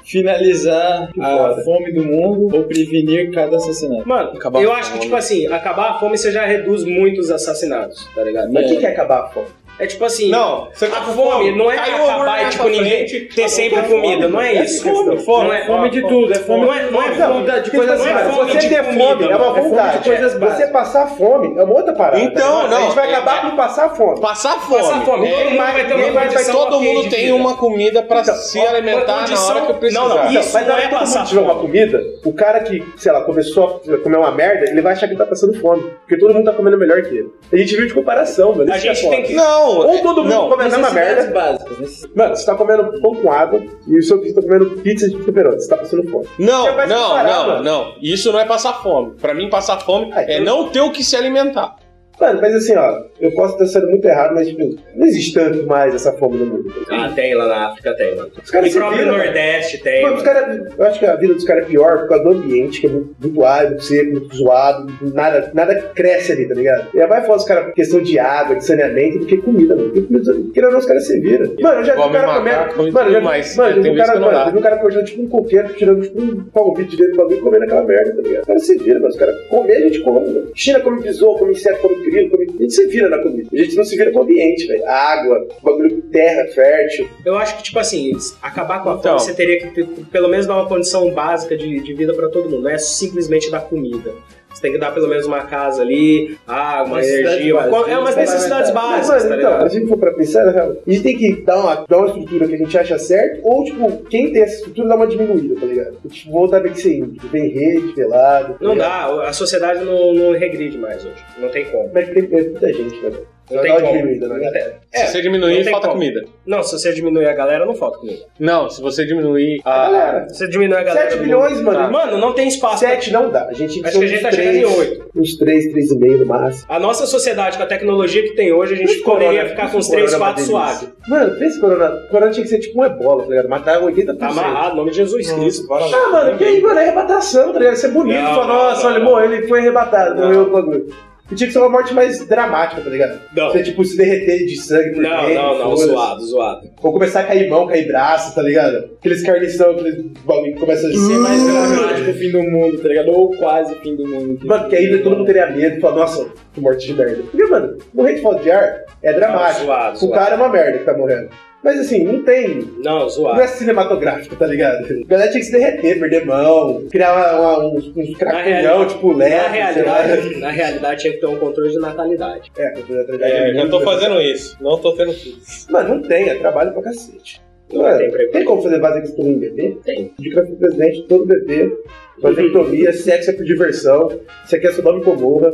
Speaker 6: Finalizar
Speaker 3: foda.
Speaker 6: a fome do mundo ou prevenir cada assassinato.
Speaker 2: Mano,
Speaker 4: Acabar
Speaker 2: eu
Speaker 4: a
Speaker 2: acho que,
Speaker 4: fome.
Speaker 2: tipo assim, acabar a fome você já reduz muitos assassinatos, tá ligado?
Speaker 3: Mas o que que é acabar a fome?
Speaker 2: É tipo assim,
Speaker 4: Não, você tá
Speaker 2: a
Speaker 4: com
Speaker 2: fome
Speaker 4: fome,
Speaker 2: não é
Speaker 4: caiu o hambúrguer
Speaker 2: acabar
Speaker 4: na
Speaker 2: e, tipo,
Speaker 4: sua
Speaker 2: ninguém ter sempre
Speaker 3: fome,
Speaker 2: comida, não é
Speaker 3: é
Speaker 2: isso.
Speaker 3: fome,
Speaker 2: questão.
Speaker 3: fome,
Speaker 2: Não é-
Speaker 6: Fome de tudo, é fome.
Speaker 2: Não é, não é
Speaker 3: Não,
Speaker 2: fome
Speaker 6: de coisas
Speaker 2: não é
Speaker 6: básicas.
Speaker 2: fome
Speaker 3: Você
Speaker 2: de
Speaker 3: ter fome
Speaker 2: comida,
Speaker 3: é uma
Speaker 2: mano, fome
Speaker 3: vontade.
Speaker 2: de coisas
Speaker 3: Você
Speaker 2: básicas.
Speaker 3: passar fome é uma outra parada.
Speaker 4: Então,
Speaker 3: A gente
Speaker 4: não,
Speaker 3: vai
Speaker 4: é-
Speaker 3: acabar por passar fome.
Speaker 4: Passar fome.
Speaker 2: Passar fome,
Speaker 4: É,
Speaker 2: todo mundo vai ter uma
Speaker 3: vai-
Speaker 2: condição
Speaker 4: todo
Speaker 2: ok
Speaker 4: mundo
Speaker 2: de
Speaker 4: tem
Speaker 6: É.
Speaker 2: vida.
Speaker 4: uma comida pra
Speaker 6: Então,
Speaker 4: se
Speaker 2: ó,
Speaker 4: alimentar na
Speaker 2: condição-
Speaker 4: hora que eu precisar.
Speaker 2: Não, não,
Speaker 3: Então,
Speaker 2: isso
Speaker 3: mas na
Speaker 2: não
Speaker 3: hora
Speaker 2: é
Speaker 3: que todo
Speaker 2: passar
Speaker 3: mundo tiver uma comida, o cara que, sei lá, começou a comer uma merda, ele vai achar que tá passando fome. Porque todo mundo tá comendo melhor que ele. A gente vive de comparação, mano.
Speaker 2: A
Speaker 3: isso que é
Speaker 2: gente
Speaker 3: foda.
Speaker 2: tem que.
Speaker 4: Não,
Speaker 3: Ou todo mundo
Speaker 4: não.
Speaker 3: come a mesma merda.
Speaker 6: é, básicas. né?
Speaker 3: Mano, você tá comendo pão com água e o seu vizinho tá comendo pizza de pepperoni. Você tá passando fome. Você
Speaker 4: Não,
Speaker 3: vai se
Speaker 4: não,
Speaker 3: parar,
Speaker 4: não,
Speaker 3: mano.
Speaker 4: não. Isso não é passar fome. Pra mim, passar fome
Speaker 3: Ah, então-
Speaker 4: é não ter o que se alimentar.
Speaker 3: Mano, mas assim, ó, eu posso estar sendo muito errado, mas tipo, não existe tanto mais essa fome no mundo.
Speaker 2: Ah, tem lá na África, tem, mano.
Speaker 3: Os caras
Speaker 2: E
Speaker 3: se
Speaker 2: próprio
Speaker 3: viram, mano.
Speaker 2: Nordeste tem.
Speaker 3: Mano, os cara, eu acho que a vida dos caras é pior por causa do ambiente, que é muito, muito árido, muito seco, muito zoado, muito- nada, nada cresce ali, tá ligado? E aí vai falar os caras por questão de água, de saneamento, do que comida, mano. Porque comida, querendo ou não, os caras se viram. Mano, eu já vi um
Speaker 4: Come
Speaker 3: cara
Speaker 4: macaco,
Speaker 3: comendo.
Speaker 4: come
Speaker 3: Mano, eu já
Speaker 4: tudo, mas
Speaker 3: vi, mano, eu
Speaker 4: tem
Speaker 3: vi um
Speaker 4: vezes
Speaker 3: cara,
Speaker 4: que não dá.
Speaker 3: mano, eu vi um cara cortando tipo um coqueiro, tirando tipo um palmito de dentro do bagulho e comendo aquela merda, tá ligado? Os caras se viram, mano. Os caras comer, a gente come, mano. China come besouro, come inseto, come grilo, come... A gente se vira na comida. A gente não se vira com o ambiente, velho. Água, bagulho, terra, fértil.
Speaker 2: Eu acho que, tipo assim, acabar com a
Speaker 4: Então.
Speaker 2: fome, você teria que ter, pelo menos dar uma condição básica de, de vida pra todo mundo. Não é simplesmente dar comida. Você tem que dar pelo menos uma casa ali, água, uma
Speaker 6: Necessidade
Speaker 2: energia. uma
Speaker 6: básica,
Speaker 2: co- é umas necessidades
Speaker 6: necessidade
Speaker 3: Mas,
Speaker 2: básicas,
Speaker 3: mano,
Speaker 2: tá
Speaker 3: então,
Speaker 2: ligado?
Speaker 3: se a gente for pra pensar, na real, a gente tem que dar uma, dar uma estrutura que a gente acha certo, ou, tipo, quem tem essa estrutura dá uma diminuída, tá ligado? Tipo, voltar bem que ser índio, bem rede, pelado. tá
Speaker 2: Não
Speaker 3: ligado?
Speaker 2: dá, a sociedade não, não regride mais hoje. Não tem como.
Speaker 3: Mas é tem, tem muita gente, né? velho?
Speaker 2: Não
Speaker 3: Dá
Speaker 2: tem
Speaker 3: uma
Speaker 2: como.
Speaker 3: diminuída, né?
Speaker 2: Não tem.
Speaker 4: Se
Speaker 2: É,
Speaker 4: você
Speaker 2: não
Speaker 4: diminuir,
Speaker 2: tem
Speaker 4: falta
Speaker 2: como.
Speaker 4: comida.
Speaker 2: Não, se você diminuir a galera, não falta comida.
Speaker 4: Não, se você diminuir a.
Speaker 2: Ah.
Speaker 3: Galera,
Speaker 2: Se você diminuir a galera.
Speaker 3: 7
Speaker 2: do
Speaker 3: bilhões,
Speaker 2: mundo-
Speaker 3: mano.
Speaker 2: Mano, não tem espaço.
Speaker 3: 7 não dá. A gente tem
Speaker 2: Tá. Acho que a
Speaker 3: ser
Speaker 2: gente
Speaker 3: uns
Speaker 2: tá chegando em
Speaker 3: três,
Speaker 2: oito.
Speaker 3: Uns 3, 3,5 no máximo.
Speaker 2: A nossa sociedade, com a tecnologia que tem hoje, a gente
Speaker 3: Esse
Speaker 2: poderia
Speaker 3: corona-
Speaker 2: ficar
Speaker 3: esse
Speaker 2: com uns
Speaker 3: corona
Speaker 2: 3,
Speaker 3: é uma
Speaker 2: 4
Speaker 3: delícia.
Speaker 2: suaves.
Speaker 3: Mano, pensa corona. Corona tinha que ser tipo um ebola, tá ligado? Matar 80%.
Speaker 2: Tá amarrado, em nome de Jesus Cristo. Bora lá.
Speaker 3: Ah, mano, que aí, mano, é arrebatação, tá ligado? Isso é bonito.
Speaker 2: Não,
Speaker 3: Fala,
Speaker 2: não,
Speaker 3: nossa,
Speaker 2: não,
Speaker 3: olha,
Speaker 2: não.
Speaker 3: morreu, ele foi arrebatado, morreu o bagulho. E tinha que ser uma morte mais dramática, tá ligado?
Speaker 2: Não.
Speaker 3: Você, tipo, se derreter de sangue por
Speaker 2: Não,
Speaker 3: dentro,
Speaker 2: não, não,
Speaker 3: foda-se.
Speaker 2: zoado, zoado.
Speaker 3: Ou começar a cair mão, cair braço, tá ligado? Aqueles carnição, aqueles bagulho que começa a
Speaker 6: Isso é mais dramático
Speaker 3: dramático.
Speaker 6: o fim do mundo, tá ligado? Ou quase o fim do mundo.
Speaker 3: Mano, que aí todo mundo teria medo, falar, nossa, que morte de merda. Porque, mano, morrer de falta de ar é dramático.
Speaker 2: Não, zoado,
Speaker 3: o
Speaker 2: zoado.
Speaker 3: cara é uma merda que tá morrendo. Mas assim, não tem
Speaker 2: Não,
Speaker 3: Não
Speaker 2: zoado.
Speaker 3: é cinematográfico, tá ligado? A galera tinha que se derreter, perder mão, criar uma- uma- uns, uns cracunhão,
Speaker 2: realidade-
Speaker 3: tipo
Speaker 2: Na
Speaker 3: leve, sei lá.
Speaker 2: realidade, na realidade tinha que ter um controle de natalidade.
Speaker 3: É, pra fazer a tragédia
Speaker 4: É,
Speaker 3: do
Speaker 4: já tô
Speaker 3: mundo.
Speaker 4: fazendo isso. Não tô tendo filhos.
Speaker 3: Mano, não tem, é trabalho pra cacete.
Speaker 2: Não
Speaker 3: Mano,
Speaker 2: tem pra
Speaker 3: tem,
Speaker 2: ir pra-
Speaker 3: como fazer vasectomia em bebê?
Speaker 2: Tem. Uhum.
Speaker 3: De que presidente, todo bebê, vasectomia, sexo é por diversão, isso aqui é seu nome comorra.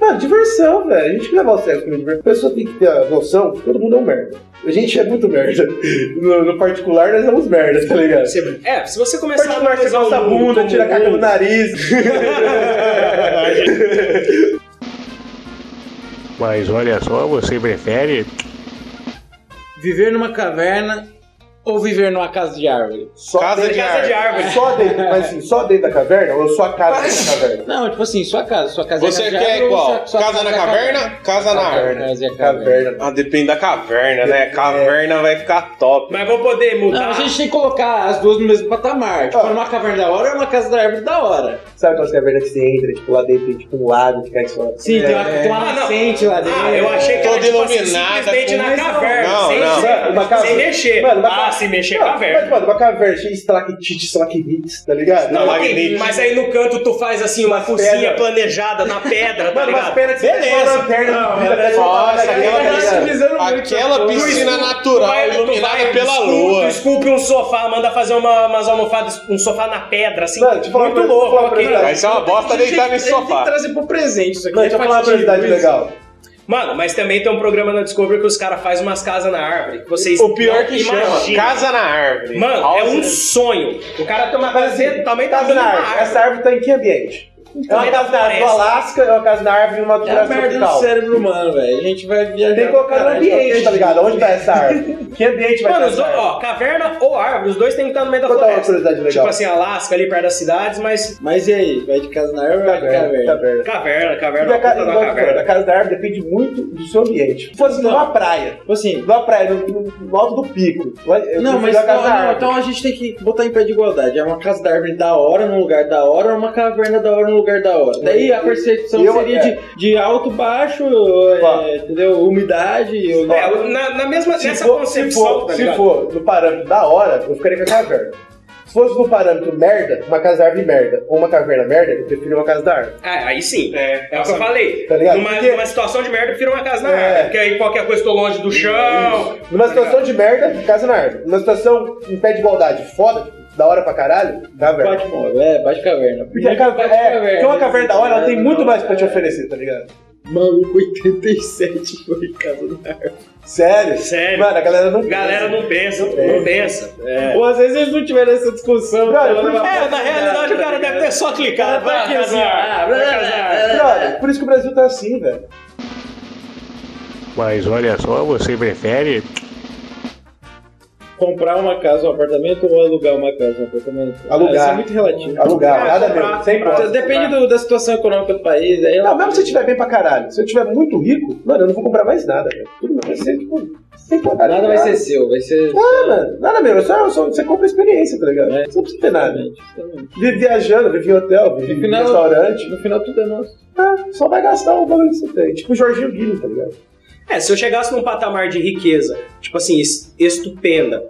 Speaker 3: Mano, diversão, velho. A gente grava o sexo como diversão. A pessoa tem que ter a noção que todo mundo é um merda. A gente é muito merda. No, no particular, nós somos merda, tá ligado?
Speaker 2: Você- é, se você começar a
Speaker 3: particular, você
Speaker 2: analisar
Speaker 3: coça a
Speaker 2: o mundo
Speaker 3: bunda,
Speaker 2: como
Speaker 3: tira a caca do
Speaker 2: mundo,
Speaker 3: nariz.
Speaker 8: Mas olha só, você prefere
Speaker 6: Viver numa caverna ou viver numa casa de árvore?
Speaker 3: Só
Speaker 4: Casa
Speaker 3: dentro-
Speaker 4: de
Speaker 2: Casa de árvore.
Speaker 3: Só dentro, mas assim, só dentro da caverna ou só a casa dentro da caverna?
Speaker 6: Não, tipo assim, sua casa. Sua casa é
Speaker 4: Você
Speaker 6: casa
Speaker 4: quer qual? Casa
Speaker 6: é
Speaker 4: na caverna? Casa na árvore.
Speaker 6: Casa é caverna. É.
Speaker 3: Caverna.
Speaker 4: Ah, depende da caverna, né? Caverna vai ficar top.
Speaker 2: Mas vou poder mudar.
Speaker 6: Não, Então, a gente tem que colocar as duas no mesmo patamar. Tipo,
Speaker 3: Ah.
Speaker 6: numa caverna da hora ou uma casa da árvore da hora.
Speaker 3: Sabe aquelas cavernas que você entra, tipo, lá dentro tem tipo um lago que cai só.
Speaker 6: Sim, tem uma, tem uma
Speaker 2: Ah, não.
Speaker 6: nascente lá dentro.
Speaker 2: Ah, eu achei que
Speaker 4: Toda
Speaker 2: era tipo, assim,
Speaker 4: iluminada,
Speaker 2: simplesmente
Speaker 4: é com-
Speaker 2: na caverna,
Speaker 4: Não,
Speaker 2: sem,
Speaker 4: não.
Speaker 2: sem-
Speaker 3: Uma
Speaker 2: sem
Speaker 3: caverna.
Speaker 2: mexer.
Speaker 3: Mano, uma
Speaker 2: ah,
Speaker 3: caverna.
Speaker 2: se mexer,
Speaker 3: Não, Mas,
Speaker 2: caverna.
Speaker 3: mano, uma caverna cheia de estalactite, estalagmite, tá ligado?
Speaker 2: Não,
Speaker 4: Não,
Speaker 2: ok,
Speaker 4: magnete.
Speaker 2: mas aí no canto tu faz assim uma focinha
Speaker 3: pedra.
Speaker 2: planejada na pedra, tá
Speaker 3: Mano, umas
Speaker 2: ligado?
Speaker 3: pernas que você
Speaker 4: Beleza.
Speaker 3: põe uma lanterna
Speaker 2: Não,
Speaker 3: na vida, parece uma
Speaker 4: nossa,
Speaker 3: parada
Speaker 4: aquela
Speaker 3: daquela, tá
Speaker 4: tá
Speaker 3: ligado?
Speaker 4: Aquela piscina
Speaker 2: Tu vai-
Speaker 4: natural
Speaker 2: tu
Speaker 4: iluminada
Speaker 2: vai,
Speaker 4: pela
Speaker 2: esculpe-
Speaker 4: lua.
Speaker 2: Esculpe um sofá, manda fazer uma, umas almofadas, um sofá na pedra, assim.
Speaker 3: Mano, deixa eu falar
Speaker 2: muito
Speaker 3: uma coisa,
Speaker 2: louco,
Speaker 3: deixa eu falar
Speaker 2: ok.
Speaker 3: uma coisa.
Speaker 4: Vai ser uma bosta deitar nesse
Speaker 6: Tem que
Speaker 4: sofá.
Speaker 6: trazer pro presente isso aqui.
Speaker 3: Mano, deixa eu falar uma curiosidade legal.
Speaker 2: Mano, mas também tem um programa na Discovery que os caras fazem umas casas na árvore. que Vocês
Speaker 4: O pior
Speaker 2: não
Speaker 4: que chama.
Speaker 2: imaginam.
Speaker 4: Casa na árvore.
Speaker 2: Mano, é
Speaker 4: House
Speaker 2: um
Speaker 4: na-
Speaker 2: sonho. O cara tem uma
Speaker 3: Mas assim,
Speaker 2: casa também tá
Speaker 3: casa na árvore. Essa árvore tá em que ambiente? É uma
Speaker 2: Também
Speaker 3: casa na árvore do
Speaker 2: floresta.
Speaker 3: Alasca, é uma casa na árvore e uma
Speaker 6: É a
Speaker 3: floresta
Speaker 6: merda do
Speaker 3: tropical.
Speaker 6: cérebro humano, velho. A gente vai viajar.
Speaker 3: Tem que colocar no
Speaker 6: Caralho,
Speaker 3: ambiente, tá ligado? Onde tá essa árvore? Que ambiente vai
Speaker 2: Mano, os
Speaker 3: estar
Speaker 2: dois,
Speaker 3: essa árvore?
Speaker 2: ó, caverna ou árvore, os dois tem que estar no meio da
Speaker 3: Vou dar uma
Speaker 2: floresta.
Speaker 3: curiosidade legal.
Speaker 2: Tipo assim, Alasca ali perto das cidades, mas
Speaker 6: Mas e aí? Vai de casa na árvore ou vai de
Speaker 3: Caverna, Tá
Speaker 6: caverna?
Speaker 3: caverna.
Speaker 2: caverna, caverna,
Speaker 3: Porque a
Speaker 2: puta
Speaker 3: casa,
Speaker 2: na
Speaker 3: igual eu tô falando, a
Speaker 2: caverna.
Speaker 3: casa da árvore depende muito do seu ambiente. Se fosse
Speaker 6: Então.
Speaker 3: numa praia,
Speaker 6: Tipo assim.
Speaker 3: numa praia, no, no- no alto do pico. lá- eu prefiro
Speaker 6: Não, mas
Speaker 3: a
Speaker 6: então,
Speaker 3: casa da
Speaker 6: não,
Speaker 3: árvore.
Speaker 6: então a gente tem que botar em pé de igualdade. É uma casa da árvore da hora num lugar da hora, ou uma caverna da hora num lugar da hora. Daí a percepção
Speaker 3: Eu-
Speaker 6: seria
Speaker 3: é.
Speaker 6: de, de alto, baixo,
Speaker 3: Ó.
Speaker 6: é, entendeu? Umidade. né, ou-
Speaker 2: É, o- na, na mesma,
Speaker 3: se
Speaker 2: nessa
Speaker 3: for, se,
Speaker 2: concepção,
Speaker 3: for,
Speaker 2: tá
Speaker 3: se
Speaker 2: ligado?
Speaker 3: for no parâmetro da hora, eu ficaria com a caverna. Se fosse no parâmetro merda, uma casa da árvore merda ou uma caverna merda, eu prefiro uma casa da árvore.
Speaker 2: Ah, aí sim.
Speaker 4: É,
Speaker 2: É o que eu falei.
Speaker 3: Tá ligado?
Speaker 2: numa,
Speaker 3: Porque-
Speaker 2: numa situação de merda, prefiro uma casa na
Speaker 3: É.
Speaker 2: árvore. Porque aí qualquer coisa tô longe do chão.
Speaker 3: Numa situação de merda, casa na árvore. Numa situação em pé de igualdade foda, da hora pra caralho, caverna.
Speaker 6: Bate móvel, é, bate caverna.
Speaker 3: Porque a caverna, é, porque uma caverna da hora, ela
Speaker 2: né?
Speaker 3: tem muito mais pra te oferecer, tá ligado?
Speaker 6: Maluco, 87 foi em casa da árvore.
Speaker 3: Sério?
Speaker 2: Sério.
Speaker 3: Mano, a galera não
Speaker 2: Galera não pensa,
Speaker 3: É.
Speaker 2: não pensa.
Speaker 6: Pô, às vezes eles não tiveram essa discussão.
Speaker 3: Brother,
Speaker 6: tá?
Speaker 3: por-
Speaker 2: É, na realidade o cara deve
Speaker 3: né?
Speaker 2: ter só clicado pra
Speaker 6: Vai
Speaker 2: casa na árvore. vai casa na árvore.
Speaker 3: Brother, por isso que o Brasil tá assim, velho.
Speaker 8: Mas olha só, você prefere
Speaker 6: Comprar uma casa, um apartamento ou alugar uma casa, um apartamento?
Speaker 3: Alugar.
Speaker 6: Ah, Isso é muito relativo.
Speaker 3: Alugar,
Speaker 2: Ah,
Speaker 3: nada
Speaker 2: comprar,
Speaker 3: mesmo, sem
Speaker 2: comprar.
Speaker 3: posse.
Speaker 6: Depende do- da situação econômica do país. Aí
Speaker 3: Não, mesmo se eu tiver bem pra caralho, se eu tiver muito rico, mano, eu não vou comprar mais nada, velho. Tudo vai ser, tipo, sem pagar
Speaker 6: Nada vai ser seu, É. vai ser.
Speaker 3: Nada, mano, nada mesmo, é só, só você compra experiência, tá ligado? Você não precisa ter nada. Vive viajando, vive em hotel, vive
Speaker 6: No
Speaker 3: em
Speaker 6: final-
Speaker 3: restaurante,
Speaker 6: No final tudo é nosso.
Speaker 3: é, só vai gastar o valor que você tem. Tipo o Jorginho Guilherme, tá ligado?
Speaker 2: É, se eu chegasse num patamar de riqueza, tipo assim, es- estupenda,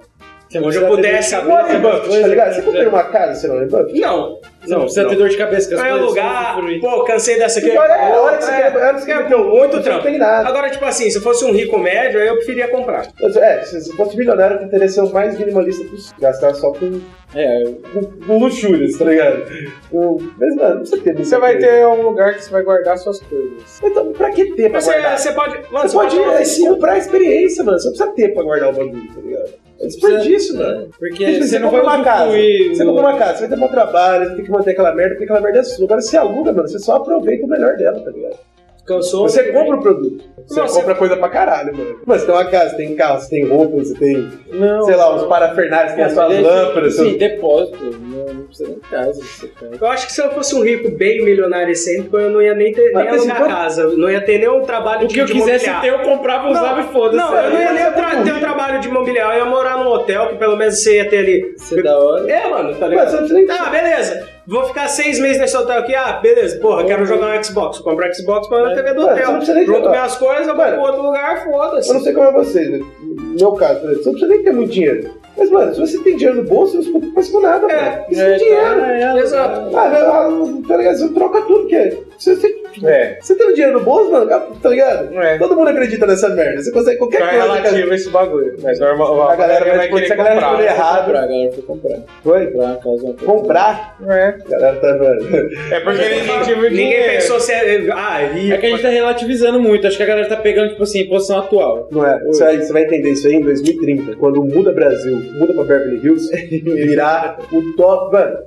Speaker 2: onde eu
Speaker 6: precisa
Speaker 2: pudesse
Speaker 3: O Warren
Speaker 2: abrir.
Speaker 3: Buffett, tá ligado? Você compraria uma casa, sei lá, Warren Buffett?
Speaker 2: Não,
Speaker 6: Não,
Speaker 2: não,
Speaker 6: precisa ter
Speaker 2: não.
Speaker 6: dor de cabeça com as
Speaker 2: Vai
Speaker 6: coisas,
Speaker 2: alugar,
Speaker 6: você não
Speaker 2: pô, cansei dessa aqui.
Speaker 3: Porque olha, a hora que você
Speaker 2: É,
Speaker 3: quer, a hora que você
Speaker 2: é
Speaker 3: quer ter um
Speaker 2: muito
Speaker 3: muito, você não
Speaker 2: trampo.
Speaker 3: tem nada.
Speaker 2: Agora, tipo assim, se fosse um rico médio, aí eu preferia comprar.
Speaker 3: É, se você fosse milionário, eu tentaria ser o mais minimalista possível. Gastar só com
Speaker 6: É, eu-
Speaker 3: com, com luxúrias, tá ligado? Com- Mas, mano, não precisa ter muita
Speaker 4: Você vai
Speaker 3: coisa.
Speaker 4: ter um lugar que você vai guardar suas coisas.
Speaker 3: Então, pra que ter pra
Speaker 2: Mas você,
Speaker 3: guardar? Você,
Speaker 2: você pode. Mano, você
Speaker 3: pode
Speaker 2: pode
Speaker 3: é, se comprar experiência, mano. Você não precisa ter pra guardar o bagulho, tá ligado? É desperdício, mano.
Speaker 6: Porque
Speaker 3: Porque, tipo,
Speaker 6: você
Speaker 3: Você
Speaker 6: não vai
Speaker 3: compra uma casa,
Speaker 6: usufruir
Speaker 3: você
Speaker 6: o-
Speaker 3: compra uma casa, você vai ter um bom trabalho, você tem que manter aquela merda, porque aquela merda é sua. Agora você aluga, mano, você só aproveita o melhor dela, tá ligado?
Speaker 6: Cansou?
Speaker 2: né?
Speaker 3: Você compra o produto. Você
Speaker 2: Nossa,
Speaker 3: compra coisa pra caralho, mano. Mas você tem uma casa, você tem carro, você tem roupa, você tem,
Speaker 6: Não.
Speaker 3: um- sei lá, uns parafernários, tem as suas lâmpadas.
Speaker 6: Sim,
Speaker 3: seus-
Speaker 6: depósito. Não, não precisa nem casa. Você compra.
Speaker 2: Eu acho que se eu fosse um rico bem milionário excêntrico, eu não ia nem ter
Speaker 6: Mas
Speaker 2: nem
Speaker 6: assim,
Speaker 2: alugar
Speaker 6: quando-
Speaker 2: casa. eu Não ia ter nem um trabalho
Speaker 6: O
Speaker 2: de
Speaker 4: Tipo,
Speaker 6: que eu
Speaker 2: de
Speaker 6: quisesse
Speaker 2: mobiliar.
Speaker 6: ter, eu comprava, usava e foda-se.
Speaker 2: Não, eu não ia
Speaker 6: Mas
Speaker 2: nem
Speaker 6: é
Speaker 2: tra-
Speaker 6: bom.
Speaker 2: ter um trabalho de imobiliário. Eu ia morar num hotel que pelo menos você ia ter ali.
Speaker 6: Isso é da hora.
Speaker 2: É, mano, tá
Speaker 3: Mas
Speaker 2: ligado?
Speaker 3: você nem
Speaker 2: Ah, beleza. Vou ficar seis meses nesse hotel aqui. Ah, beleza. Porra, quero jogar um Xbox. Comprar um Xbox pra na TV do
Speaker 3: Mano, É, você não
Speaker 2: hotel.
Speaker 3: precisa nem
Speaker 2: Junto
Speaker 3: jogar.
Speaker 2: minhas coisas, eu vou
Speaker 3: Mano,
Speaker 2: pra outro lugar,
Speaker 3: Eu não
Speaker 2: foda-se.
Speaker 3: sei como é vocês, né? No meu caso, por exemplo, você não precisa nem ter muito dinheiro. Mas, mano, se você tem dinheiro no bolso, você não se preocupa com nada,
Speaker 2: É,
Speaker 3: mano. Isso é, dinheiro.
Speaker 2: Exato.
Speaker 3: Ah, não, ah, tá ligado? Você troca tudo, porque se você,
Speaker 4: É.
Speaker 3: você tem o dinheiro no bolso, mano, ah, tá ligado?
Speaker 4: É.
Speaker 3: Todo mundo acredita nessa merda. Você consegue qualquer
Speaker 4: Então é
Speaker 3: coisa. cara.
Speaker 4: relativo esse bagulho. Mas normal,
Speaker 3: A galera vai
Speaker 4: querer
Speaker 3: se a galera escolher
Speaker 4: comprar.
Speaker 3: errado.
Speaker 6: Comprar, galera, foi comprar.
Speaker 3: Foi?
Speaker 6: Comprar uma casa, uma coisa.
Speaker 3: Comprar.
Speaker 4: É.
Speaker 3: A galera tá, mano.
Speaker 4: É porque ninguém tive o
Speaker 2: Ninguém
Speaker 4: dinheiro.
Speaker 2: pensou se é. Ah,
Speaker 6: É
Speaker 2: rico.
Speaker 6: que a gente tá relativizando muito. Acho que a galera tá pegando, tipo assim, posição atual.
Speaker 3: Não é. Você vai, você vai entender isso aí em 2030. Quando muda Brasil, muda pra Beverly Hills, virá o top. Mano,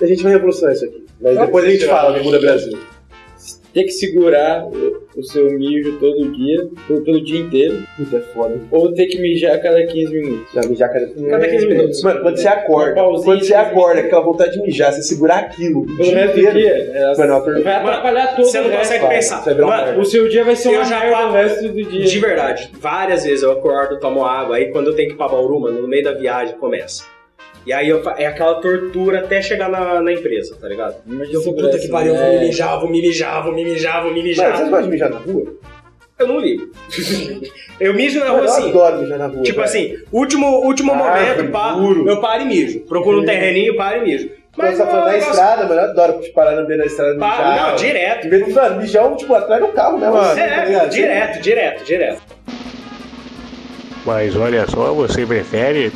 Speaker 3: a gente vai revolucionar isso aqui. Mas depois a gente fala que muda Brasil.
Speaker 6: Ter que segurar o- o seu mijo todo dia, ou pelo dia inteiro,
Speaker 3: Isso é foda.
Speaker 6: ou ter que mijar a cada 15 minutos.
Speaker 3: Já mijar cada... É,
Speaker 2: Cada 15 minutos.
Speaker 3: Mano, quando você acorda,
Speaker 6: Um pauzinho,
Speaker 3: quando
Speaker 2: né?
Speaker 3: você
Speaker 6: 15
Speaker 3: acorda, aquela vontade de mijar, você segurar aquilo. o
Speaker 6: Pelo
Speaker 3: dia
Speaker 6: resto do
Speaker 3: inteiro.
Speaker 6: dia. é,
Speaker 3: Mano, é uma pergunta.
Speaker 6: Vai atrapalhar todo
Speaker 2: Você
Speaker 6: o
Speaker 2: não
Speaker 6: resto.
Speaker 2: consegue
Speaker 3: cara.
Speaker 2: pensar.
Speaker 3: Você vê um
Speaker 2: Mano,
Speaker 3: merda.
Speaker 6: é, O seu dia vai ser
Speaker 2: Eu
Speaker 6: uma
Speaker 2: já
Speaker 6: merda né?
Speaker 2: falo-
Speaker 6: o resto do dia.
Speaker 2: De verdade, várias vezes eu acordo, tomo água, aí quando eu tenho que ir pra Bauru, mano, no meio da viagem começa. E aí eu fa- é aquela tortura até chegar na, na empresa, tá ligado?
Speaker 6: Mas
Speaker 2: Eu vou, puta que pariu, eu vou me mijar, vou me mijar, vou me mijar, vou me
Speaker 3: Mano, vocês
Speaker 2: mijar.
Speaker 3: gostam de mijar na rua?
Speaker 2: Eu não ligo. eu mijo na rua
Speaker 3: Mano, eu
Speaker 2: assim.
Speaker 3: adoro mijar na rua.
Speaker 2: Tipo
Speaker 3: velho.
Speaker 2: assim, último, último momento, pá, eu paro e mijo. Procuro um terreninho, paro e mijo.
Speaker 3: Mas
Speaker 2: Mas
Speaker 3: você tá falando
Speaker 2: eu-
Speaker 3: na
Speaker 2: eu gosto-
Speaker 3: estrada, mano. Eu adoro te parar no meio da estrada e
Speaker 2: paro-
Speaker 3: mijar.
Speaker 2: Não, direto.
Speaker 3: De vez em quando, mijar um, tipo, atrás do carro, né, mano? Tá
Speaker 2: Direto,
Speaker 3: ligado?
Speaker 2: direto, direto, direto.
Speaker 8: Mas olha só, você prefere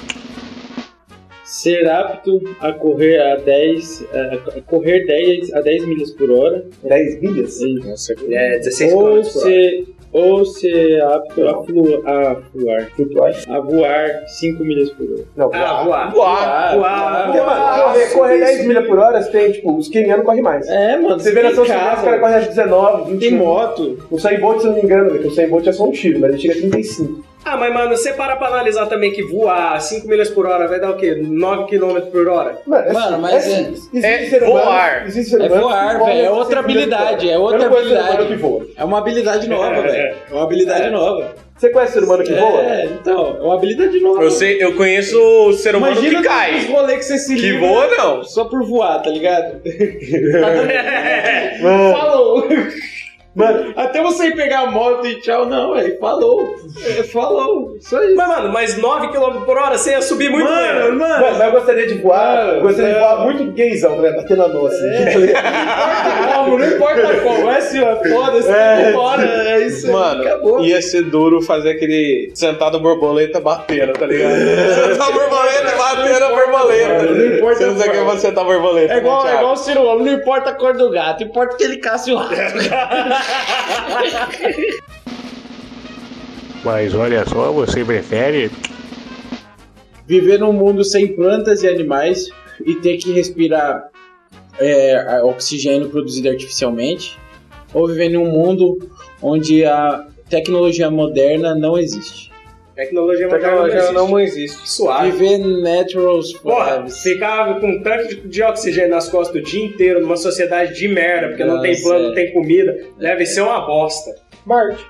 Speaker 6: Ser apto a correr a 10, a a correr 10 a 10 milhas por hora.
Speaker 3: 10 milhas?
Speaker 6: Nossa,
Speaker 2: É, 16
Speaker 6: ou
Speaker 2: quilômetros por hora.
Speaker 6: ser, ou ser apto a, flu, a voar, a voar 5 milhas por hora.
Speaker 3: Não,
Speaker 2: Ah, voar.
Speaker 6: Voar,
Speaker 2: voar,
Speaker 3: Porque, mano,
Speaker 2: voar.
Speaker 3: correr, correr 10 milhas por hora, você tem, tipo, os quenianos correm mais.
Speaker 6: É, mano,
Speaker 3: Você vê na São Silvestre, os caras correm às 19, 20
Speaker 6: tem moto.
Speaker 3: um. O Usain Bolt, se eu não me engano, velho, que o Usain Bolt é só um tiro, mas ele chega a 35.
Speaker 2: Ah, mas mano, você para pra analisar também que voar 5 milhas por hora vai dar o quê? 9 km por hora?
Speaker 3: Mano, é
Speaker 6: Mano,
Speaker 3: simples,
Speaker 6: mas é-
Speaker 3: simples. Existe
Speaker 4: é
Speaker 3: ser humano-
Speaker 4: voar.
Speaker 3: Existe ser
Speaker 6: É
Speaker 3: humano que
Speaker 6: voar,
Speaker 3: corre
Speaker 6: velho, é
Speaker 3: às
Speaker 6: outra
Speaker 3: 16 milhas por hora.
Speaker 6: habilidade, é outra
Speaker 3: Eu não conheço ser humano
Speaker 6: habilidade.
Speaker 3: que voa.
Speaker 6: É uma habilidade nova, velho. É uma habilidade nova.
Speaker 3: Você conhece ser humano que voa?
Speaker 6: É, então, é uma habilidade nova.
Speaker 4: Eu, sei, eu conheço o ser humano que
Speaker 6: Imagina os
Speaker 4: cai.
Speaker 6: rolês que você se
Speaker 4: Que
Speaker 6: livra
Speaker 4: voa, não.
Speaker 6: só por voar, tá ligado? né?
Speaker 4: É.
Speaker 3: Mano,
Speaker 6: Falou!
Speaker 3: mano,
Speaker 6: Até você ir pegar a moto e tchau, não, velho. Falou! É, falou! Só isso.
Speaker 2: Mas mano, mas 9 km por hora você ia subir muito. né?
Speaker 3: mano, mas eu gostaria de voar,
Speaker 6: Mano,
Speaker 3: eu gostaria de
Speaker 6: não. É.
Speaker 3: voar muito gaysão, né? Bater na mão assim.
Speaker 6: Como,
Speaker 2: né?
Speaker 6: não importa como, é assim, ó, foda-se,
Speaker 3: É.
Speaker 6: vambora, é isso aí,
Speaker 4: Mano,
Speaker 6: acabou.
Speaker 4: ia ser duro fazer aquele sentado borboleta batendo, tá ligado? sentar a borboleta batendo a borboleta.
Speaker 6: Não importa
Speaker 4: Você não
Speaker 6: a
Speaker 4: sabe quem
Speaker 6: forma.
Speaker 4: vai sentar a borboleta.
Speaker 6: É
Speaker 4: né,
Speaker 6: igual, é
Speaker 4: Thiago?
Speaker 6: igual o ser humano, não importa a cor do gato, importa que ele casse o rato.
Speaker 8: Mas olha só, você prefere
Speaker 6: Viver num mundo sem plantas e animais e ter que respirar é, a- oxigênio produzido artificialmente, ou viver num mundo onde a tecnologia moderna não existe.
Speaker 2: Tecnologia moderna
Speaker 4: Tecnologia
Speaker 2: não, existe.
Speaker 4: não existe.
Speaker 2: Suave.
Speaker 6: Viver natural
Speaker 2: Porra, ficar com um tanque de, de oxigênio nas costas o dia inteiro numa sociedade de merda, porque não tem
Speaker 6: Nossa,
Speaker 2: plano,
Speaker 6: é.
Speaker 2: não tem comida, deve ser uma bosta.
Speaker 6: Marte.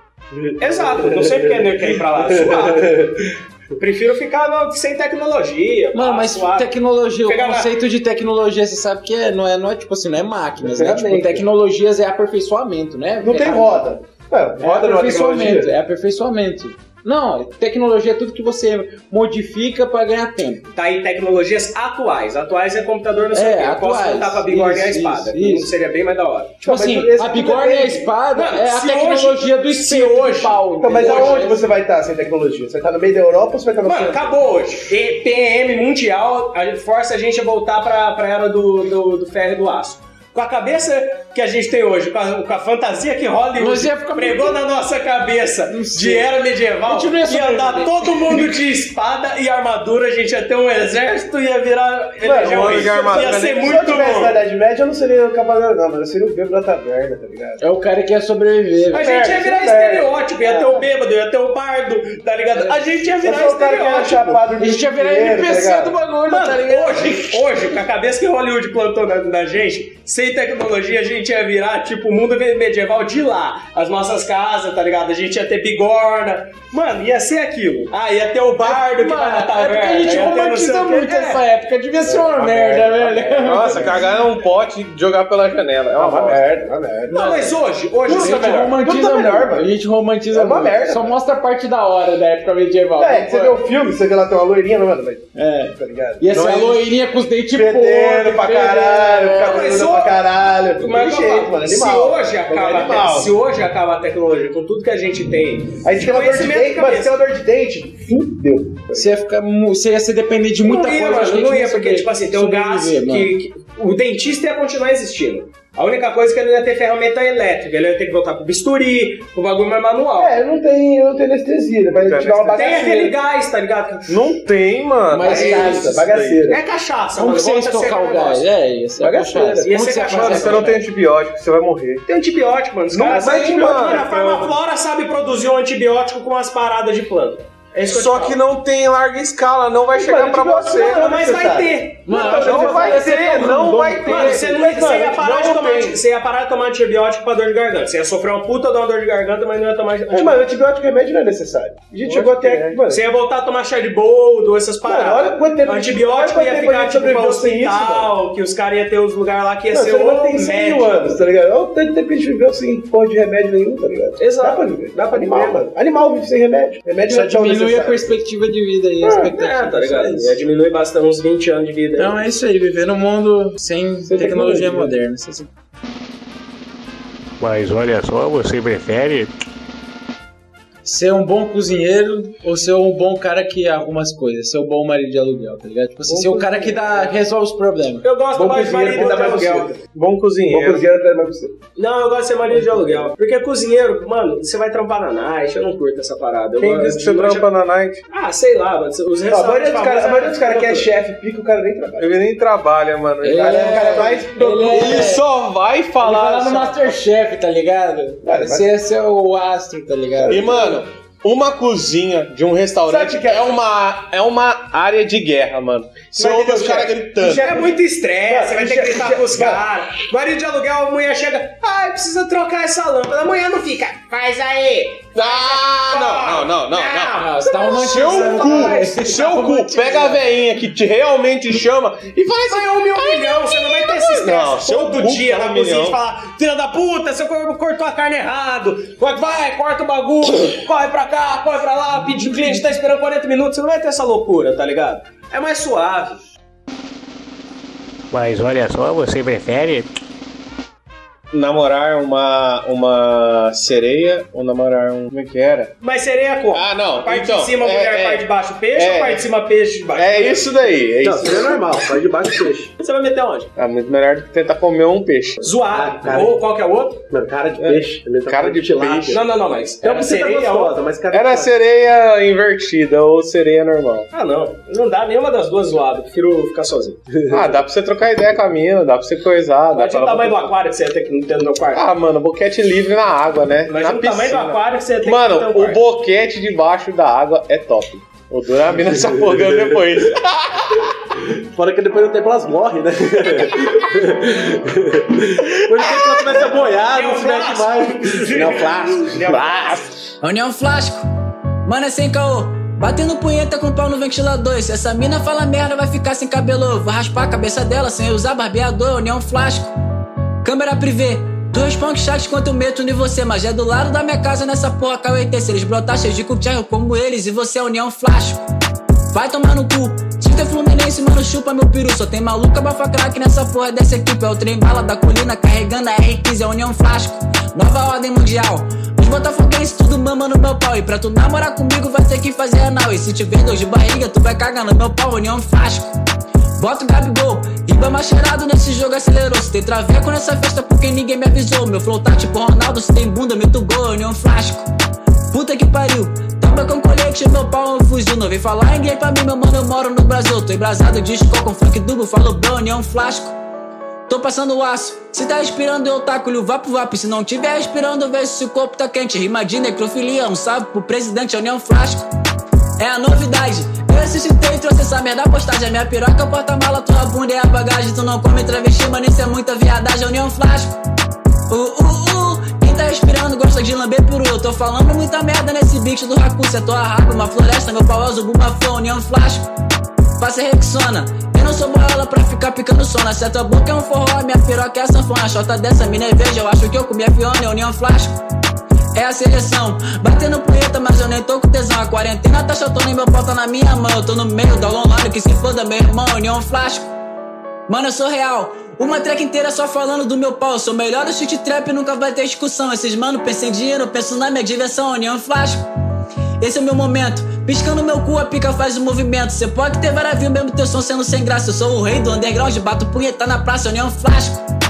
Speaker 2: Exato, não sei porque eu quer ir pra lá. Suave. Prefiro ficar não, sem tecnologia.
Speaker 6: Mano,
Speaker 2: pá,
Speaker 6: mas
Speaker 2: suave.
Speaker 6: tecnologia,
Speaker 2: Pegar
Speaker 6: o
Speaker 2: na-
Speaker 6: conceito de tecnologia, você sabe que é, não, é, não é tipo assim, não é máquinas, né?
Speaker 3: Ferramenta.
Speaker 6: Tipo, tecnologias é aperfeiçoamento, né?
Speaker 3: Não tem
Speaker 6: É-
Speaker 3: roda. Mano, roda
Speaker 6: É
Speaker 3: não é
Speaker 6: aperfeiçoamento,
Speaker 3: tecnologia.
Speaker 6: é aperfeiçoamento. Não, tecnologia é tudo que você modifica pra ganhar tempo.
Speaker 2: Tá em tecnologias atuais. Atuais é computador, não sei
Speaker 6: É,
Speaker 2: o quê. Eu posso
Speaker 6: atuais.
Speaker 2: contar pra bigorna e a
Speaker 6: Isso,
Speaker 2: espada.
Speaker 6: isso,
Speaker 2: Não seria bem mais da hora.
Speaker 6: Tipo
Speaker 3: Não, mas
Speaker 6: assim,
Speaker 3: esse
Speaker 6: a
Speaker 3: tudo é
Speaker 6: bigorna e a
Speaker 3: bem-
Speaker 6: espada
Speaker 2: Mano,
Speaker 6: é a
Speaker 2: se
Speaker 6: tecnologia
Speaker 2: hoje-
Speaker 6: do
Speaker 2: se
Speaker 6: espelho
Speaker 2: hoje-
Speaker 6: de pau.
Speaker 3: Então, mas
Speaker 6: entendeu?
Speaker 3: aonde você vai estar sem tecnologia? Você vai estar no meio da Europa ou você vai estar no
Speaker 2: Mano,
Speaker 3: centro?
Speaker 2: acabou hoje. E PM mundial a- força a gente a voltar pra, pra era do, do, do ferro e do aço. Com a cabeça que a gente tem hoje, com a, com a fantasia que Hollywood
Speaker 6: Nós ia ficar
Speaker 2: pregou na nossa cabeça de era medieval,
Speaker 6: A gente não ia
Speaker 2: ia andar
Speaker 6: sobreviver.
Speaker 2: todo mundo de espada e armadura, a gente ia ter um exército e ia virar eleger um
Speaker 4: homem
Speaker 2: rei.
Speaker 4: de armadura,
Speaker 2: Ia ser
Speaker 4: né?
Speaker 3: Se eu
Speaker 2: muito
Speaker 3: tivesse na
Speaker 2: bom.
Speaker 3: Idade Média, eu não seria o cavaleiro, não, mas eu seria o bêbado da taverna, tá ligado?
Speaker 6: É o cara que quer sobreviver.
Speaker 2: A
Speaker 6: velho.
Speaker 2: gente ia virar
Speaker 3: Perde,
Speaker 2: estereótipo, ia ter o bêbado, ia ter o bardo, tá ligado? A gente ia
Speaker 3: Eu
Speaker 2: virar
Speaker 3: sou o cara que era
Speaker 2: estereótipo.
Speaker 3: chapado
Speaker 6: A
Speaker 3: de
Speaker 6: gente ia virar
Speaker 3: dinheiro,
Speaker 6: NPC
Speaker 3: tá ligado?
Speaker 6: do bagulho, tá
Speaker 2: Mano,
Speaker 6: ligado?
Speaker 2: hoje, hoje, com a cabeça que Hollywood plantou na, na gente, sem tecnologia, a gente ia virar, tipo, o mundo medieval de lá. As nossas casas, tá ligado? A gente ia ter bigorna. Mano, ia ser aquilo. Ah, ia ter o bardo que
Speaker 6: Mano,
Speaker 2: tá na
Speaker 6: é
Speaker 2: taverna.
Speaker 6: porque a gente
Speaker 2: ia ter não sei
Speaker 6: romantiza
Speaker 2: o quê.
Speaker 6: muito
Speaker 2: É.
Speaker 6: essa época. Devia ser uma merda, velho.
Speaker 4: Nossa, cagar é um pote e jogar pela janela. É uma,
Speaker 3: Ah, uma
Speaker 4: bosta.
Speaker 3: merda, uma merda.
Speaker 2: Não, mas hoje, hoje,
Speaker 6: A
Speaker 2: você
Speaker 6: gente
Speaker 2: melhor.
Speaker 6: romantiza
Speaker 3: Puta melhor,
Speaker 6: muito.
Speaker 3: mano.
Speaker 6: A gente romantiza
Speaker 3: É uma
Speaker 6: muito.
Speaker 3: merda.
Speaker 6: Só mostra a parte da hora da época medieval.
Speaker 3: É, você vê o filme, você vê lá tem uma loirinha, não, mano, mas,
Speaker 6: É.
Speaker 3: tá ligado?
Speaker 6: E essa
Speaker 4: Não,
Speaker 6: loirinha com os dentes é.
Speaker 3: Fedendo pra caralho,
Speaker 2: Mas
Speaker 3: cabeluda
Speaker 2: ô-
Speaker 3: pra caralho.
Speaker 2: Mas
Speaker 3: Mas
Speaker 2: eu
Speaker 3: jeito,
Speaker 2: falo,
Speaker 3: mano, é
Speaker 2: se
Speaker 3: animal.
Speaker 2: hoje, acaba, a
Speaker 3: animal.
Speaker 2: te- se hoje acaba a tecnologia com tudo que a gente tem,
Speaker 3: Aí você tem uma dor de
Speaker 2: conhecimento
Speaker 3: dente,
Speaker 2: da
Speaker 3: mano,
Speaker 2: cabeça.
Speaker 3: você tem uma dor de dente, fudeu.
Speaker 6: Você ia, ficar, mu- você ia se depender de muita
Speaker 2: não ia,
Speaker 6: coisa.
Speaker 2: mano,
Speaker 6: acho que a gente
Speaker 2: não ia,
Speaker 6: saber
Speaker 2: porque, tipo assim, tem um gás que,
Speaker 6: sobreviver, mano.
Speaker 2: que- O dentista ia continuar existindo. A única coisa é que ele não ia ter ferramenta elétrica, ele ia ter que voltar pro bisturi, pro bagulho mais manual.
Speaker 3: É, eu não tenho, eu não tenho anestesia, mas ele te dá uma
Speaker 2: tem
Speaker 6: é assim, né?
Speaker 2: aquele
Speaker 3: bagaceira.
Speaker 2: gás, tá ligado?
Speaker 4: Não tem, mano.
Speaker 6: Mas
Speaker 4: É
Speaker 6: gás,
Speaker 4: isso
Speaker 3: Bagaceira.
Speaker 2: É cachaça,
Speaker 6: Como
Speaker 2: mano.
Speaker 6: que você ia
Speaker 2: volta a ser
Speaker 6: estocar o
Speaker 2: negócio.
Speaker 6: gás? É, ia ser né?
Speaker 3: Bagaceira.
Speaker 6: cachaça.
Speaker 2: Ia
Speaker 6: Como
Speaker 2: ser
Speaker 6: que ia
Speaker 2: cachaça.
Speaker 4: Mano,
Speaker 6: fazer
Speaker 4: você
Speaker 6: essa
Speaker 4: não tem antibiótico, você vai morrer.
Speaker 2: Tem antibiótico, mano. Os
Speaker 4: Não
Speaker 2: caras
Speaker 4: tem,
Speaker 2: sabem antibiótico.
Speaker 4: mano.
Speaker 2: Mano, a farmaflora sabe produzir um antibiótico com as paradas de planta. É isso que eu
Speaker 4: Só
Speaker 2: te
Speaker 4: que
Speaker 2: falo.
Speaker 4: não tem larga escala, não vai chegar pra
Speaker 3: antibiótico
Speaker 4: você.
Speaker 3: não,
Speaker 2: Mano, mas vai ter.
Speaker 6: Mano,
Speaker 4: Não vai ter, não vai
Speaker 2: Mano,
Speaker 4: ter.
Speaker 2: você não ia, você ia
Speaker 4: Mano,
Speaker 2: parar de
Speaker 4: não
Speaker 2: tomar,
Speaker 4: tem.
Speaker 2: você ia parar de tomar antibiótico pra dor de garganta. Você ia sofrer uma puta de uma dor de garganta, mas não ia tomar
Speaker 3: Mas,
Speaker 2: antibiótico.
Speaker 3: Mano, antibiótico e remédio não é necessário. A gente chegou até aqui, mano.
Speaker 2: É. Você ia voltar a tomar chá de boldo, essas paradas.
Speaker 3: Mano, olha quanto tempo-
Speaker 2: Antibiótico
Speaker 3: olha quanto
Speaker 2: ia
Speaker 3: tempo a
Speaker 2: ficar
Speaker 3: gente
Speaker 2: tipo pra
Speaker 3: sobreviveu sem isso,
Speaker 2: hospital, que os caras iam ter os lugares lá que ia
Speaker 3: Mano,
Speaker 2: ser
Speaker 3: ser humano
Speaker 2: o
Speaker 3: tem 100 mil
Speaker 2: médico.
Speaker 3: anos, tá ligado? Olha o tanto tempo que a gente viveu sem porra de remédio nenhum, tá ligado?
Speaker 2: Exato.
Speaker 3: Dá pra viver.
Speaker 2: Dá pra
Speaker 3: animal,
Speaker 2: viver.
Speaker 3: mano. Animal vive sem remédio. Remédio
Speaker 6: Só
Speaker 3: não é tão
Speaker 6: diminui a
Speaker 3: necessário.
Speaker 6: perspectiva de vida e a expectativa.
Speaker 2: É, tá ligado?
Speaker 6: Ah, É isso.
Speaker 2: Ia diminuir bastante uns 20 anos de vida.
Speaker 6: Então é isso aí, viver num mundo sem, tecnologia,
Speaker 3: tecnologia.
Speaker 6: moderna. Sem- sem-
Speaker 8: Mas olha só, você prefere
Speaker 6: Ser um bom cozinheiro ou ser um bom cara que arruma as coisas, ser um bom marido de aluguel, tá ligado? Tipo assim, ser o cara que dá, resolve os problemas.
Speaker 2: Eu gosto
Speaker 3: Bom
Speaker 2: mais de
Speaker 3: cozinheiro,
Speaker 2: marido
Speaker 3: bom
Speaker 2: de
Speaker 3: dar mais
Speaker 2: aluguel.
Speaker 3: você.
Speaker 4: Bom
Speaker 3: Bom
Speaker 4: cozinheiro.
Speaker 3: cozinheiro atrás mais pra você.
Speaker 2: Não, eu gosto de ser marido de aluguel. Porque cozinheiro, mano, você vai trampar na night, eu não curto essa parada. Eu
Speaker 4: Quem
Speaker 2: gosto-
Speaker 4: disse que você
Speaker 2: eu já-
Speaker 4: trampa na night?
Speaker 2: Ah, sei lá, mano. Os
Speaker 3: Não, a maioria
Speaker 2: restaurantes
Speaker 3: dos caras
Speaker 2: famosos-
Speaker 3: cara que é chefe, pica, o cara nem trabalha.
Speaker 4: Ele nem trabalha, mano.
Speaker 6: Ele- um
Speaker 3: cara
Speaker 4: Ele,
Speaker 3: é o cara mais
Speaker 6: ele é-
Speaker 4: ele só vai
Speaker 6: Ele
Speaker 4: falar.
Speaker 6: vai lá no Masterchef, tá ligado?
Speaker 3: Cara,
Speaker 6: Você é seu astro, tá ligado?
Speaker 4: E, mano, uma cozinha de um restaurante
Speaker 3: Sabe que é-
Speaker 4: é, uma, é uma área de guerra, mano. Você
Speaker 3: Mas
Speaker 4: ouve
Speaker 3: entendeu,
Speaker 4: os caras
Speaker 3: chefe?
Speaker 4: gritando.
Speaker 2: Já é muito estresse,
Speaker 3: Mano,
Speaker 2: você vai ter
Speaker 3: já-
Speaker 2: que gritar
Speaker 3: já-
Speaker 2: pros caras. Marido de aluguel, a mulher chega, ai, precisa trocar essa lâmpada. A mulher não fica, faz aí.
Speaker 4: Ah, não, não, não, não.
Speaker 6: Ah, você tá
Speaker 4: Seu
Speaker 2: né?
Speaker 6: romantizando. cara. Você
Speaker 4: cu,
Speaker 6: tá
Speaker 4: seu cu,
Speaker 6: romantizando.
Speaker 4: pega a veinha que te realmente chama e faz aí um milhão.
Speaker 2: Milhão, você não vai ter esse
Speaker 4: Não,
Speaker 2: estresse
Speaker 4: seu
Speaker 2: todo
Speaker 4: cu
Speaker 2: dia
Speaker 4: fala
Speaker 2: na cozinha
Speaker 4: milhão.
Speaker 2: de falar, filha da puta, seu corpo cortou a carne errado. Vai, corta o bagulho, corre pra cá, corre pra lá, pedir o cliente tá esperando 40 minutos. Você não vai ter essa loucura, tá ligado? É mais suave.
Speaker 8: Mas olha só, você prefere
Speaker 4: Namorar uma, uma sereia ou namorar um. Como é que era?
Speaker 2: Mas sereia como?
Speaker 4: Ah, não.
Speaker 2: Parte
Speaker 4: então,
Speaker 2: de cima,
Speaker 4: é,
Speaker 2: mulher,
Speaker 4: é,
Speaker 2: parte de baixo, peixe
Speaker 4: é.
Speaker 2: ou parte de cima, peixe de baixo?
Speaker 4: É isso daí, é
Speaker 3: Não,
Speaker 4: isso.
Speaker 3: seria normal, vai debaixo do peixe.
Speaker 2: Você vai meter onde?
Speaker 4: É muito melhor do que tentar comer um peixe.
Speaker 2: Zoar.
Speaker 3: Ah, cara.
Speaker 2: ou qual que é o outro?
Speaker 3: Mano, cara de peixe. ele tá
Speaker 4: Cara
Speaker 3: falando
Speaker 4: de
Speaker 3: tilápia.
Speaker 4: peixe. É,
Speaker 2: Não, não, não, mas.
Speaker 3: Então
Speaker 2: era
Speaker 3: você tá
Speaker 2: sereia ou-
Speaker 3: gostosa, mas cara
Speaker 4: Era
Speaker 3: de tilápia.
Speaker 4: sereia invertida ou sereia normal.
Speaker 2: Ah, não. Não dá nenhuma das duas zoadas. Prefiro ficar sozinho.
Speaker 4: Ah, dá pra você trocar ideia com a mina, dá pra você coisar. Dá pra
Speaker 2: Imagina o
Speaker 4: ela
Speaker 2: tamanho do
Speaker 4: botar-
Speaker 2: aquário que você ia ter que não ter no meu quarto.
Speaker 4: Ah, mano, boquete livre na água, né?
Speaker 2: Imagina
Speaker 4: na
Speaker 2: o tamanho do
Speaker 4: piscina.
Speaker 2: aquário que você ia ter que ter
Speaker 4: Mano,
Speaker 2: no
Speaker 4: o
Speaker 2: quarto.
Speaker 4: boquete debaixo da água é top. O Dura a mina se afogando depois.
Speaker 3: Fora que depois do tempo elas morrem, né? Por isso que ela começa a boiar, não se mexe mais. Não, plástico.
Speaker 9: União Flasco, mano é sem caô. Batendo punheta com pau no ventilador. Se essa mina fala merda, vai ficar sem cabelo. Vou raspar a cabeça dela sem usar barbeador. União Flasco, câmera privê. Tu responde chat quanto eu meto em você, mas é do lado da minha casa nessa porra KUT. Se eles brotar cheio de cutiá, eu como eles e você é União Flasco. Vai tomar no cu. Tinta Fluminense, mano, chupa meu peru. Só tem maluca bafa craque nessa porra dessa equipe. É o trem bala da colina carregando a R15, é a União Flasco. Nova ordem mundial. Os botafoguenses tudo mama no meu pau. E pra tu namorar comigo vai ter que fazer anal. E se tiver dor de barriga, tu vai cagar no meu pau, União Flasco. Bota o Gabigol, Iba macheirado nesse jogo acelerou. Se tem traveco nessa festa porque ninguém me avisou. Meu flow tá tipo Ronaldo, se tem bunda, meto gol, nem um flasco. Puta que pariu. Tampa com colete, meu pau é um fuzil. Não vem falar inglês pra mim, meu mano, eu moro no Brasil. Tô embrasado, disco com funk duplo, falo brown, nem um flasco. Tô passando o aço. Se tá respirando, eu taco-lhe o vapo vapo. Se não tiver respirando, eu vejo se o corpo tá quente. Rima de necrofilia, um salve pro presidente, eu nem um frasco. É a novidade. Eu assistei, trouxe essa merda, a postagem. A minha piroca, é o porta-mala, tua bunda é a bagagem. Tu não come travesti, mano, isso é muita viadagem, eu nem um frasco. Uh, uh, uh. Quem tá respirando gosta de lamber peru. Eu tô falando muita merda nesse bicho do Raku. Se a tua rapa, uma floresta, meu pau é o zubu, uma flor, nem um frasco. Passa e rexona. Eu não sou bola pra ficar picando sono. Se a tua boca é um forró, a minha piroca é a sanfona. A Xota dessa mina é veja, eu acho que eu comi a fiona, eu nem um flasco. É a seleção, batendo punheta, mas eu nem tô com tesão. A quarentena tá chotando e meu pau tá na minha mão. Eu tô no meio da online, que se foda, meu irmão, eu nem um flasco. Mano, eu sou real. Uma track inteira só falando do meu pau. Sou melhor do shit trap, nunca vai ter discussão. Esses mano pensam em dinheiro, penso na minha diversão, eu nem um flasco. Esse é o meu momento. Piscando meu cu, a pica faz o movimento. Cê pode ter varavio, mesmo teu som sendo sem graça. Eu sou o rei do underground, bato punheta na praça, eu nem um flasco.